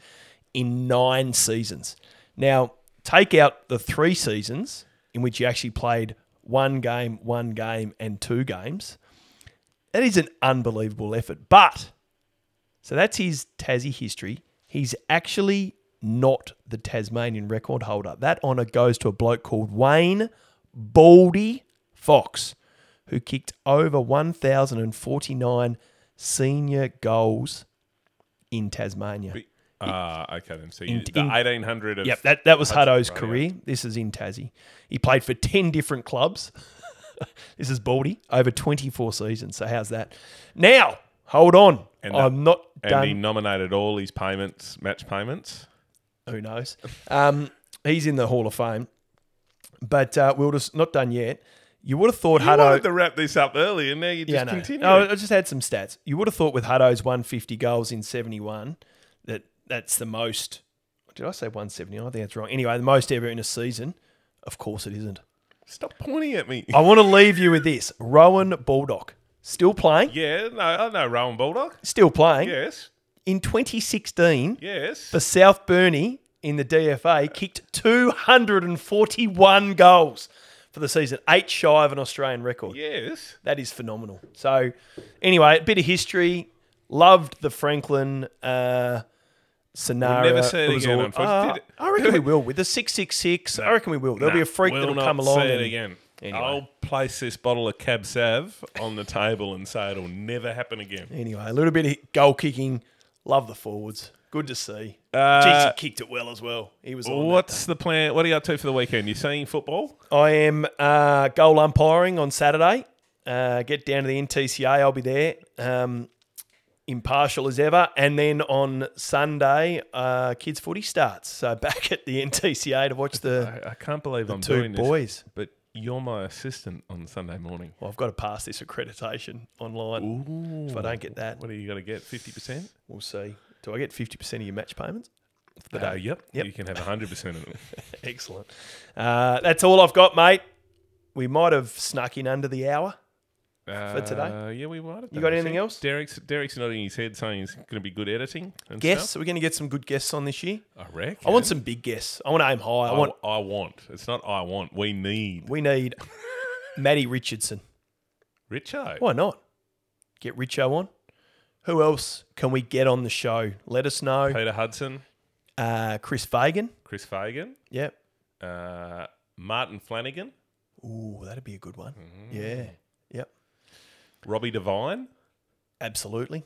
[SPEAKER 3] in nine seasons. Now, take out the three seasons in which he actually played one game, one game, and two games. That is an unbelievable effort. But, so that's his Tassie history. He's actually not the Tasmanian record holder. That honour goes to a bloke called Wayne Baldy Fox, who kicked over 1,049 senior goals in Tasmania.
[SPEAKER 2] Ah, okay then. So you,
[SPEAKER 3] In-
[SPEAKER 2] the
[SPEAKER 3] in-
[SPEAKER 2] 1800 of
[SPEAKER 3] Yep, that, that was
[SPEAKER 2] Hudson
[SPEAKER 3] Hutto's
[SPEAKER 2] Pro, yeah.
[SPEAKER 3] career. This is in Tassie. He played for 10 different clubs. this is Baldy over 24 seasons. So, how's that? Now, hold on.
[SPEAKER 2] And that-
[SPEAKER 3] I'm not
[SPEAKER 2] and
[SPEAKER 3] done.
[SPEAKER 2] he nominated all his payments, match payments.
[SPEAKER 3] Who knows? Um, he's in the Hall of Fame. But uh, we're just not done yet. You would have thought
[SPEAKER 2] I
[SPEAKER 3] Hutto.
[SPEAKER 2] wanted to wrap this up early, and now you just
[SPEAKER 3] Yeah, no. Oh.
[SPEAKER 2] continue.
[SPEAKER 3] no, I just had some stats. You would have thought with Hutto's 150 goals in 71 that that's the most. Did I say 179? I think that's wrong. Anyway, the most ever in a season. Of course, it isn't.
[SPEAKER 2] Stop pointing at me.
[SPEAKER 3] I want to leave you with this. Rowan Baldock, still playing,
[SPEAKER 2] Yeah, no, I know Rowan Bulldog.
[SPEAKER 3] still playing.
[SPEAKER 2] Yes,
[SPEAKER 3] In 2016,
[SPEAKER 2] yes.
[SPEAKER 3] for South Burnie in the DFA, kicked 241 goals for the season, eight shy of an Australian record.
[SPEAKER 2] Yes.
[SPEAKER 3] That is phenomenal. So, anyway, a bit of history. Loved the Franklin uh, scenario.
[SPEAKER 2] We'll never see it again, unfortunately.
[SPEAKER 3] Ah, I reckon we will with the 666. I reckon we will. There'll be a freak
[SPEAKER 2] Will
[SPEAKER 3] that'll
[SPEAKER 2] not
[SPEAKER 3] come along.
[SPEAKER 2] Say it
[SPEAKER 3] and-
[SPEAKER 2] again.
[SPEAKER 3] Anyway.
[SPEAKER 2] I'll place this bottle of Cab Sav on the table and say it'll never happen again.
[SPEAKER 3] Anyway, a little bit of goal kicking. Love the forwards. Good to see. Jeez,
[SPEAKER 2] Uh,
[SPEAKER 3] he kicked it well as well. He was on that
[SPEAKER 2] what's the plan? What are you up to for the weekend? You seeing football?
[SPEAKER 3] I am uh, goal umpiring on Saturday. Uh, get down to the NTCA. I'll be there, um, impartial as ever. And then on Sunday, uh, kids footy starts. So back at the NTCA to watch the
[SPEAKER 2] I, I can't believe I'm
[SPEAKER 3] two
[SPEAKER 2] doing this,
[SPEAKER 3] boys.
[SPEAKER 2] but you're my assistant on Sunday morning.
[SPEAKER 3] Well, I've got to pass this accreditation online. If I don't get that,
[SPEAKER 2] What are you going to get? Fifty percent?
[SPEAKER 3] we'll see. Do I get fifty percent of your match payments?
[SPEAKER 2] Uh, yep.
[SPEAKER 3] Yep.
[SPEAKER 2] You can have hundred percent of it.
[SPEAKER 3] Excellent. Uh, that's all I've got, mate. We might have snuck in under the hour.
[SPEAKER 2] for
[SPEAKER 3] today?
[SPEAKER 2] Yeah, we might. Have
[SPEAKER 3] You
[SPEAKER 2] done,
[SPEAKER 3] got
[SPEAKER 2] I
[SPEAKER 3] anything
[SPEAKER 2] think.
[SPEAKER 3] else?
[SPEAKER 2] Derek's Derek's nodding his head, saying he's going to be good editing. And
[SPEAKER 3] Guests?
[SPEAKER 2] stuff.
[SPEAKER 3] Are we going to get some good guests on this year?
[SPEAKER 2] I reckon.
[SPEAKER 3] I want some big guests. I want to aim high. I
[SPEAKER 2] I
[SPEAKER 3] want.
[SPEAKER 2] want. I want. It's not. I want. We need
[SPEAKER 3] We need Matty Richardson.
[SPEAKER 2] Richo.
[SPEAKER 3] Why not? Get Richo on. Who else can we get on the show? Let us know.
[SPEAKER 2] Peter Hudson,
[SPEAKER 3] Uh, Chris Fagan.
[SPEAKER 2] Chris Fagan,
[SPEAKER 3] Yep.
[SPEAKER 2] uh, Martin Flanagan,
[SPEAKER 3] Ooh, that'd be a good one.
[SPEAKER 2] Mm-hmm.
[SPEAKER 3] Yeah. Yep.
[SPEAKER 2] Robbie Devine.
[SPEAKER 3] Absolutely.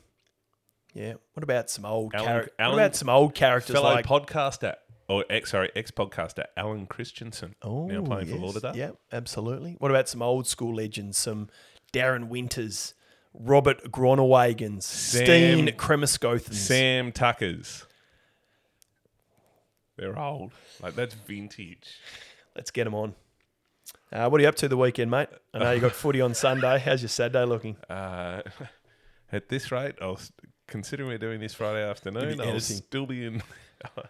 [SPEAKER 3] Yeah. What about some old
[SPEAKER 2] Alan-
[SPEAKER 3] characters? What
[SPEAKER 2] Alan-
[SPEAKER 3] about some old characters
[SPEAKER 2] fellow
[SPEAKER 3] like?
[SPEAKER 2] podcaster, or ex, sorry, ex podcaster Alan Christensen,
[SPEAKER 3] Oh,
[SPEAKER 2] now playing for
[SPEAKER 3] yes.
[SPEAKER 2] Lauderdale.
[SPEAKER 3] Yep. Absolutely. What about some old school legends? Some Darren Winters, Robert Gronewagens, Steen Kremiskothens.
[SPEAKER 2] Sam Tuckers. They're old. Like that's vintage.
[SPEAKER 3] Let's get them on. Uh, what are you up to the weekend, mate? I know you got footy on Sunday. How's your Saturday looking?
[SPEAKER 2] Uh, at this rate, I'll s- considering we're doing this Friday afternoon,
[SPEAKER 3] be
[SPEAKER 2] I'll
[SPEAKER 3] editing.
[SPEAKER 2] still be in.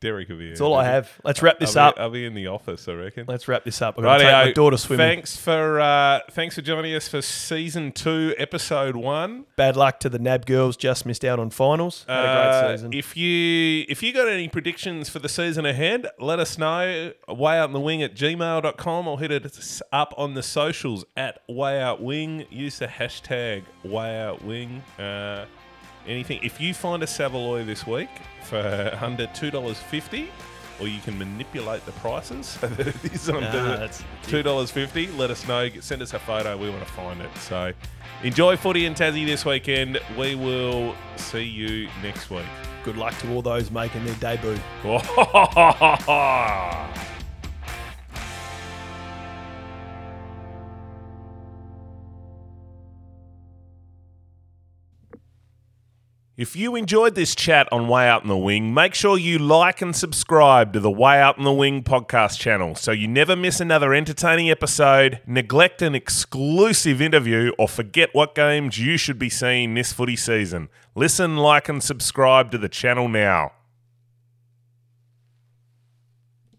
[SPEAKER 2] Derek will be.
[SPEAKER 3] That's all I have. Let's wrap this
[SPEAKER 2] I'll
[SPEAKER 3] up.
[SPEAKER 2] be, I'll be in the office, I reckon.
[SPEAKER 3] Let's wrap this up. I've got to take my
[SPEAKER 2] uh, Rightio.
[SPEAKER 3] daughter swimming.
[SPEAKER 2] Thanks for uh, thanks for joining us for season two, episode one.
[SPEAKER 3] Bad luck to the NAB girls. Just missed out on finals. Had a
[SPEAKER 2] Uh,
[SPEAKER 3] great season.
[SPEAKER 2] If you if you got any predictions for the season ahead, let us know. Way out in the wing at gmail.com or hit us up on the socials at way out wing. Use the hashtag way out wing. Uh, anything. If you find a Savaloy this week for under two dollars fifty, or you can manipulate the prices so that it is under
[SPEAKER 3] Ah, that's-
[SPEAKER 2] two dollars fifty. Let us know. Get- Send us a photo. We want to find it. So enjoy footy and Tassie this weekend. We will see you next week.
[SPEAKER 3] Good luck to all those making their debut.
[SPEAKER 2] If you enjoyed this chat on Way Out in the Wing, make sure you like and subscribe to the Way Out in the Wing podcast channel so you never miss another entertaining episode, neglect an exclusive interview, or forget what games you should be seeing this footy season. Listen, like, and subscribe to the channel now.